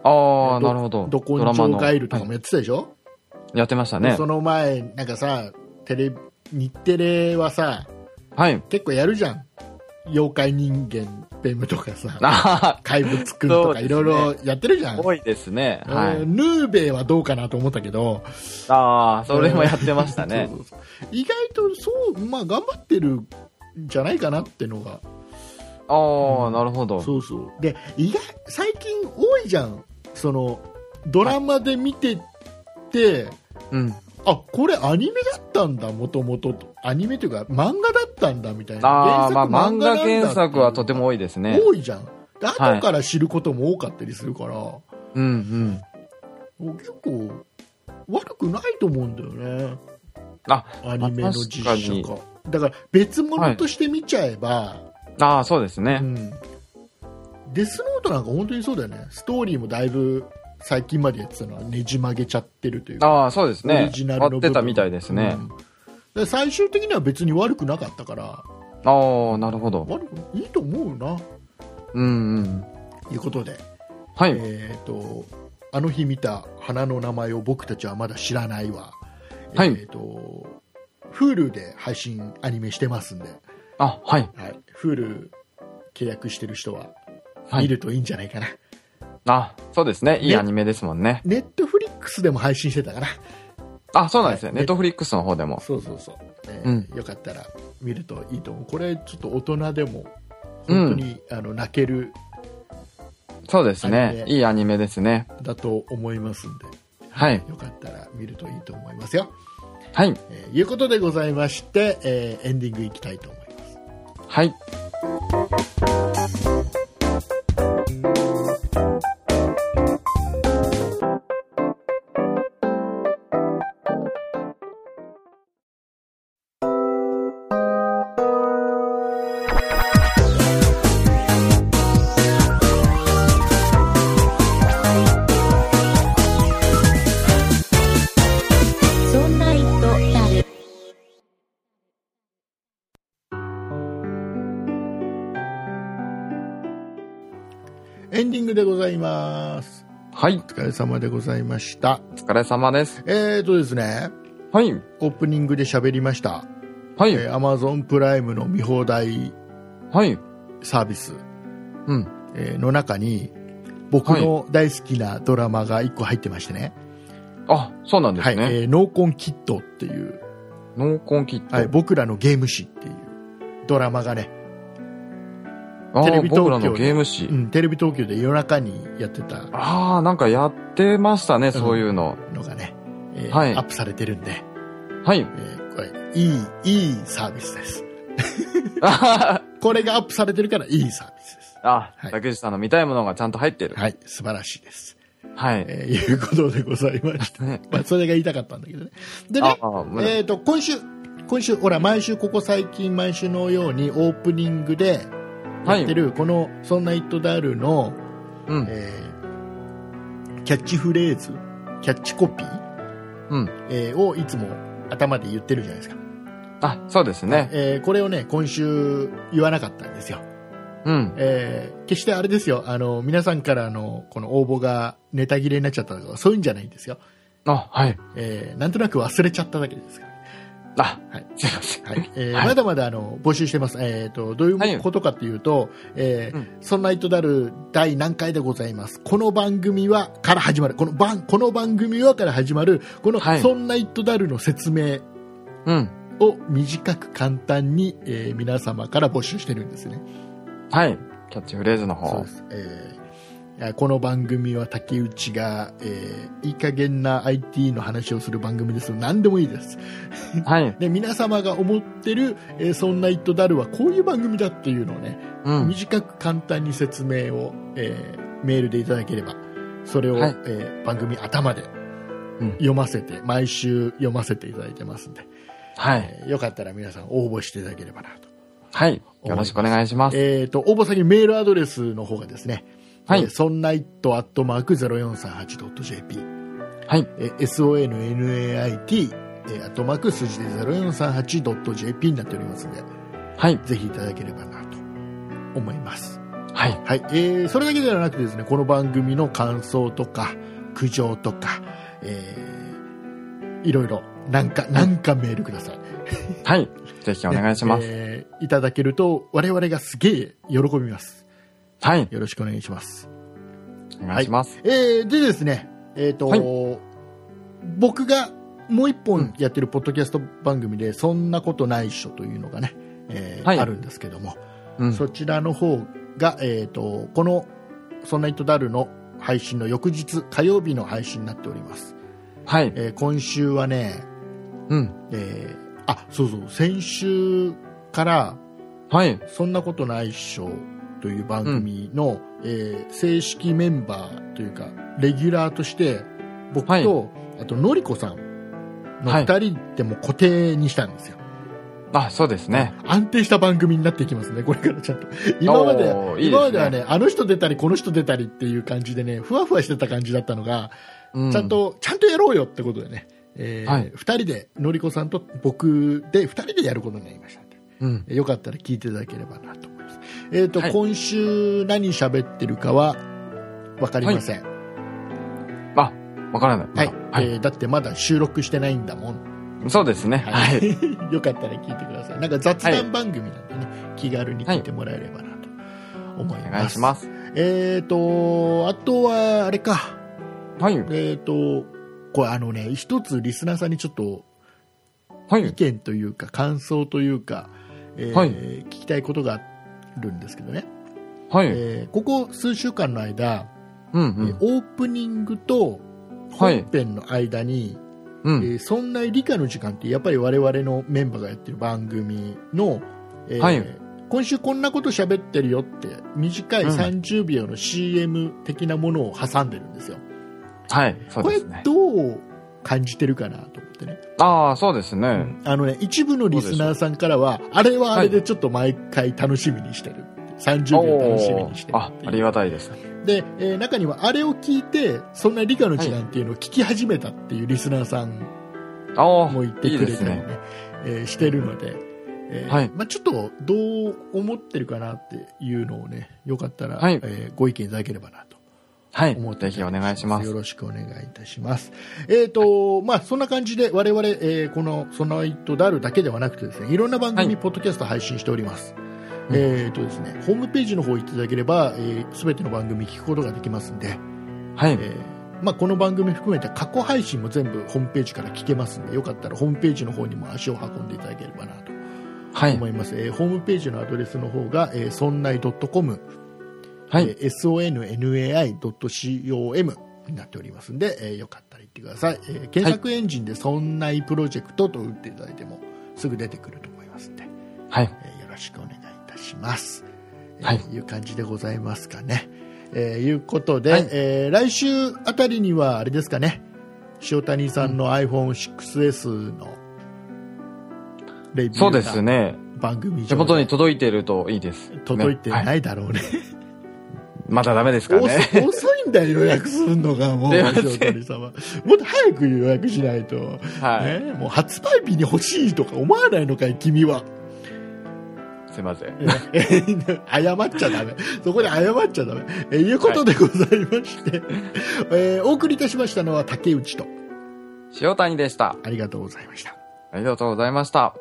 Speaker 3: ああ、なるほど。
Speaker 2: どこ
Speaker 3: ドラ
Speaker 2: に
Speaker 3: マ
Speaker 2: 超
Speaker 3: の
Speaker 2: ガイルとか
Speaker 3: は
Speaker 2: もやってたでしょ、
Speaker 3: いやってましたね
Speaker 2: そ。の前、なんかさ、テレ日テレはさ、
Speaker 3: はい。
Speaker 2: 結構やるじゃん、妖怪人間、ベムとかさ、
Speaker 3: あ
Speaker 2: 怪物くんとか、
Speaker 3: そうですね
Speaker 2: いろいろやってるじゃ
Speaker 3: あ、
Speaker 2: ん。
Speaker 3: 多いですね。は
Speaker 2: う
Speaker 3: い。
Speaker 2: んヌーベイはどうかなと思ったけど、
Speaker 3: ああ、それもやってましたね
Speaker 2: そ。うそうそう意外とそう、まあ、頑張ってるんじゃないかなってのが、
Speaker 3: ああ、なるほど。
Speaker 2: そうそうで意外最近多いじゃんそのドラマで見てて、
Speaker 3: うん。
Speaker 2: あこれアニメだったんだもともとアニメというか漫画だったんだみたいな
Speaker 3: ああ、まあ漫
Speaker 2: な
Speaker 3: 画
Speaker 2: んだっていう
Speaker 3: 原作はとても多いですね。
Speaker 2: 多いじゃんで後
Speaker 3: はい
Speaker 2: から知ることも多かったりするから、
Speaker 3: うんうん。
Speaker 2: もう結構悪くないと思うんだよね
Speaker 3: あ、
Speaker 2: アニメの実写
Speaker 3: ま
Speaker 2: 化だから別物として見ちゃえば、
Speaker 3: ああ、そうですね。
Speaker 2: うん、デスノートなんか本当にそうだよねストーリーもだいぶ最近までやってたのはねじ曲げちゃってるというか
Speaker 3: ああ、そうです
Speaker 2: オ
Speaker 3: ね
Speaker 2: リ。ジナルの
Speaker 3: 変わ
Speaker 2: 部
Speaker 3: っ
Speaker 2: 分
Speaker 3: てたみたいですね。
Speaker 2: うんだから最終的には別に悪くなかったから
Speaker 3: ああ、なるほど。
Speaker 2: 悪くいいと思うな
Speaker 3: うんうん。
Speaker 2: ということで、
Speaker 3: はい。
Speaker 2: えー、とあの日見た花の名前を僕たちはまだ知らないわ、
Speaker 3: はい
Speaker 2: えー、と Hulu で配信アニメしてますんで、
Speaker 3: あ、はい。
Speaker 2: はい、Hulu 契約してる人は
Speaker 3: は
Speaker 2: 見
Speaker 3: い。
Speaker 2: るといいんじゃないかな、
Speaker 3: あ、そうですね。いい
Speaker 2: ね
Speaker 3: アニメですもんね。
Speaker 2: ネットフリックスでも配信してたかな
Speaker 3: あ、そうなんですね。
Speaker 2: はい
Speaker 3: ネットフリックスの方でも。
Speaker 2: そうそうそう、え
Speaker 3: うん
Speaker 2: ーよかったら見るといいと思うこれちょっと大人でも本当に、あの泣ける
Speaker 3: そうですね
Speaker 2: アニ。メ
Speaker 3: いいアニメですね。
Speaker 2: だと思いますんで
Speaker 3: はい。
Speaker 2: よかったら見るといいと思いますよ。
Speaker 3: はい。
Speaker 2: えーいうことでございまして、えーエンディングいきたいと思います。
Speaker 3: はい。
Speaker 1: そんな糸だる、
Speaker 2: エンディングでございます。
Speaker 3: はい。
Speaker 2: お疲れ様でございました。
Speaker 3: お疲れ様です。
Speaker 2: えーとですね、
Speaker 3: はい。
Speaker 2: オープニングで喋りました、
Speaker 3: は
Speaker 2: え
Speaker 3: い。
Speaker 2: ー、Amazon プライムの見放題
Speaker 3: はい。
Speaker 2: サービス、
Speaker 3: うん。
Speaker 2: えーの中に、僕の大好きなドラマが1個入ってましてね、
Speaker 3: あ、そうなんで
Speaker 2: は
Speaker 3: す
Speaker 2: い、
Speaker 3: ね。
Speaker 2: えーノーコンキットっていう、
Speaker 3: 濃厚キット。
Speaker 2: はい、僕らのゲーム誌っていうドラマがね、
Speaker 3: あ
Speaker 2: テレ
Speaker 3: あ、
Speaker 2: ビ東京
Speaker 3: 僕らのゲーム誌
Speaker 2: う。ん、テレビ東京で夜中にやってた
Speaker 3: ああ、なんかやってましたね、そういうの。
Speaker 2: のがね、えー
Speaker 3: はい
Speaker 2: アップされてるんで、
Speaker 3: はい
Speaker 2: え。ーこれ、いい、いいサービスです。
Speaker 3: あはは
Speaker 2: これがアップされてるからいいサービスです。
Speaker 3: あ、
Speaker 2: はい
Speaker 3: 竹内さんの見たいものがちゃんと入ってる。
Speaker 2: はい、素晴らしいです。
Speaker 3: はい。
Speaker 2: えーいうことでございました。
Speaker 3: ね
Speaker 2: まあ、それが言いたかったんだけどね。で
Speaker 3: あ
Speaker 2: ね、
Speaker 3: あ、まだ
Speaker 2: えー、と今週、今週、ほら、毎週、ここ最近、毎週のようにオープニングで
Speaker 3: は
Speaker 2: や
Speaker 3: い
Speaker 2: って。る、この「そんなイットダールの」
Speaker 3: うん。
Speaker 2: えーキャッチフレーズ、キャッチコピー、
Speaker 3: うん
Speaker 2: えーをいつも頭で言ってるじゃないですか。
Speaker 3: あ、そうですね。
Speaker 2: えーこれをね、今週言わなかったんですよ。
Speaker 3: うん。
Speaker 2: えー決してあれですよ、あの、皆さんからのこの応募がネタ切れになっちゃったとか、そういうんじゃないんですよ。
Speaker 3: あ、はい。
Speaker 2: えーなんとなく忘れちゃっただけですから。
Speaker 3: あ、
Speaker 2: はい
Speaker 3: すいません。
Speaker 2: はいえー
Speaker 3: はい
Speaker 2: まだまだあの募集してます、えーと、どういうことかというと、えー
Speaker 3: うん
Speaker 2: そんな糸だる第何回でございます、この番組はから始まる、この番この番組はから始まる、この
Speaker 3: はい
Speaker 2: そんな糸だるの説明
Speaker 3: うん。
Speaker 2: を短く簡単に、えー皆様から募集してるんですね。
Speaker 3: はい。キャッチフレーズの
Speaker 2: そう
Speaker 3: 方
Speaker 2: で。すえーこの番組は竹内が、えーいい加減な IT の話をする番組です何でもいいです
Speaker 3: はい。
Speaker 2: で皆様が思ってる、えーそんな糸だるはこういう番組だっていうのをね
Speaker 3: うん。
Speaker 2: 短く簡単に説明を、えーメールでいただければそれを、
Speaker 3: はい
Speaker 2: えー番組頭で
Speaker 3: うん
Speaker 2: 読ませて、毎週読ませていただいてますんで、
Speaker 3: はい。
Speaker 2: えーよかったら皆さん応募していただければなと,、
Speaker 3: はい。よろしくお願いします。
Speaker 2: えーと応募先メールアドレスの方がですね、
Speaker 3: はい
Speaker 2: えー、そんな it.0438.jp
Speaker 3: はい。
Speaker 2: えー sonnait えー、あとマーク数字で 0438.jp になっておりますので、
Speaker 3: はい。
Speaker 2: ぜひいただければなと思います。
Speaker 3: はい。
Speaker 2: はい、えーそれだけではなくてですね、この番組の感想とか、苦情とか、えーいろいろ、なんか、なんかメールください。
Speaker 3: はい。ぜひお願いします。
Speaker 2: えーいただけると、我々がすげえ喜びます。
Speaker 3: はい。
Speaker 2: よろしくお願いします。
Speaker 3: お願いします。
Speaker 2: えーでですね、えっ、と、
Speaker 3: はい
Speaker 2: 僕がもう一本やってるポッドキャスト番組で、そんなことないっしょというのがね、えー
Speaker 3: はい
Speaker 2: あるんですけども、
Speaker 3: うん。
Speaker 2: そちらの方が、えー、とこの「そんな糸だる」の配信の翌日火曜日の配信になっております、
Speaker 3: はい。
Speaker 2: えー今週はね、
Speaker 3: うん。
Speaker 2: えーあそうそう先週から
Speaker 3: はい。
Speaker 2: 「そんなことないっしょ」という番組の、えー正式メンバーというかレギュラーとして僕と、
Speaker 3: はい
Speaker 2: あとのりこさんの
Speaker 3: はい
Speaker 2: 2人でも固定にしたんですよ、
Speaker 3: あ、そうですね。
Speaker 2: 安定した番組になっていきますね、これからちゃんと。今まで
Speaker 3: おーいいですね
Speaker 2: 今まではね、あの人出たり、この人出たりっていう感じでね、ふわふわしてた感じだったのが、
Speaker 3: う
Speaker 2: ちゃん。と、ちゃんとやろうよってことでね、えー
Speaker 3: はい
Speaker 2: 2人で、のりこさんと僕で、2人でやることになりましたんで
Speaker 3: うん。
Speaker 2: よかったら聞いていただければなと思います。えっ、と、
Speaker 3: はい
Speaker 2: 今週何喋ってるかは、わかりません。は
Speaker 3: あ、わからない。
Speaker 2: い。
Speaker 3: はい。
Speaker 2: えーだってまだ収録してないんだもん。
Speaker 3: そうですね。はい。
Speaker 2: よかったら聞いてください。なんか雑談番組なんでね、気軽に聞いてもらえればなと思います。
Speaker 3: お願いします。
Speaker 2: えー、と、あとは、あれか、
Speaker 3: はい。
Speaker 2: えー、と、これあのね、一つリスナーさんにちょっと
Speaker 3: は
Speaker 2: 意
Speaker 3: い。
Speaker 2: 見というか、感想というか、えー
Speaker 3: はい
Speaker 2: 聞きたいことがあるんですけどね、
Speaker 3: はい。
Speaker 2: えーここ数週間の間、
Speaker 3: うん。う
Speaker 2: えー
Speaker 3: ん。
Speaker 2: オープニングと
Speaker 3: はい
Speaker 2: 本編の間に、
Speaker 3: うん。
Speaker 2: えーそんな理科の時間って、やっぱり我々のメンバーがやってる番組の、えー
Speaker 3: はい
Speaker 2: 今週こんなこと喋ってるよって、短い30秒の CM 的なものを挟んでるんですよ。
Speaker 3: はい、そう
Speaker 2: こ
Speaker 3: で
Speaker 2: れ
Speaker 3: すね。
Speaker 2: どう感じてるかなと思ってね。
Speaker 3: ああ、そうですね。
Speaker 2: あのね、一部のリスナーさんからは、あれはあれ
Speaker 3: は
Speaker 2: でちょっと毎回楽しみにしてる。30秒楽しみにしてる
Speaker 3: おーあ
Speaker 2: っ、て
Speaker 3: あ
Speaker 2: い
Speaker 3: り
Speaker 2: う。
Speaker 3: がたいです。
Speaker 2: で、えー中にはあれを聞いて、そんな理科の時間っていうのを聞き始めたっていうリスナーさん
Speaker 3: あ
Speaker 2: も
Speaker 3: あ、
Speaker 2: いて
Speaker 3: いい
Speaker 2: く
Speaker 3: で
Speaker 2: れ
Speaker 3: す
Speaker 2: たりね
Speaker 3: ね。、
Speaker 2: えーしてるので、えー
Speaker 3: はい
Speaker 2: まあちょっとどう思ってるかなっていうのをね、よかったら、
Speaker 3: はい
Speaker 2: えーご意見いただければなと
Speaker 3: はい
Speaker 2: 思っ、て
Speaker 3: ぜひお願いしま
Speaker 2: よ
Speaker 3: す。
Speaker 2: ろしくお願いいたします。えっ、と、まあ、そんな感じで、我々、えーこの、そのイトダルだけではなくてですね、いろんな番組、
Speaker 3: はい
Speaker 2: ポッドキャスト配信しております。えっ、とですね、ホームページの方行っていただければ、す、えー、べ、ての番組聞くことができますんで、
Speaker 3: はい
Speaker 2: え、ーまあ、この番組含めて過去配信も全部ホームページから聞けますんで、よかったらホームページの方にも足を運んでいただければなと
Speaker 3: はい
Speaker 2: 思、います。えーホームページのアドレスの方が、えー、そんない .com、
Speaker 3: は
Speaker 2: え
Speaker 3: い、
Speaker 2: ー sonnai.com になっておりますんで、えーよかったら行ってください、えー検索エンジンで「そんないプロジェクト」と打っていただいてもすぐ出てくると思いますんで、
Speaker 3: はい、
Speaker 2: えーよろしくお願いいたします、えー
Speaker 3: はい
Speaker 2: いう感じでございますかね。えーいうことで、
Speaker 3: はい
Speaker 2: えー来週あたりにはあれですかね、塩谷さんの iPhone6S のレビュ
Speaker 3: そうです
Speaker 2: ーが
Speaker 3: ね。
Speaker 2: 番組
Speaker 3: 手
Speaker 2: 上
Speaker 3: 元に
Speaker 2: で
Speaker 3: 届いているといいです。
Speaker 2: 届いて
Speaker 3: ねは。
Speaker 2: ないいだろうね。
Speaker 3: まだダメですかね。
Speaker 2: 遅遅いんだよ、予約するの が、もう、
Speaker 3: すい
Speaker 2: 塩
Speaker 3: ません
Speaker 2: 谷さんは。もっと早く予約しないと。
Speaker 3: はい。
Speaker 2: ね、もう発売日に欲しいとか思わないのかい、君は。
Speaker 3: すい ません。
Speaker 2: 謝っちゃダメ。そこで謝っちゃダメ。えいうことでございまして、えーお送りいたしましたのは竹内と、
Speaker 3: 塩谷でした。
Speaker 2: ありがとうございました。
Speaker 3: ありがとうございました。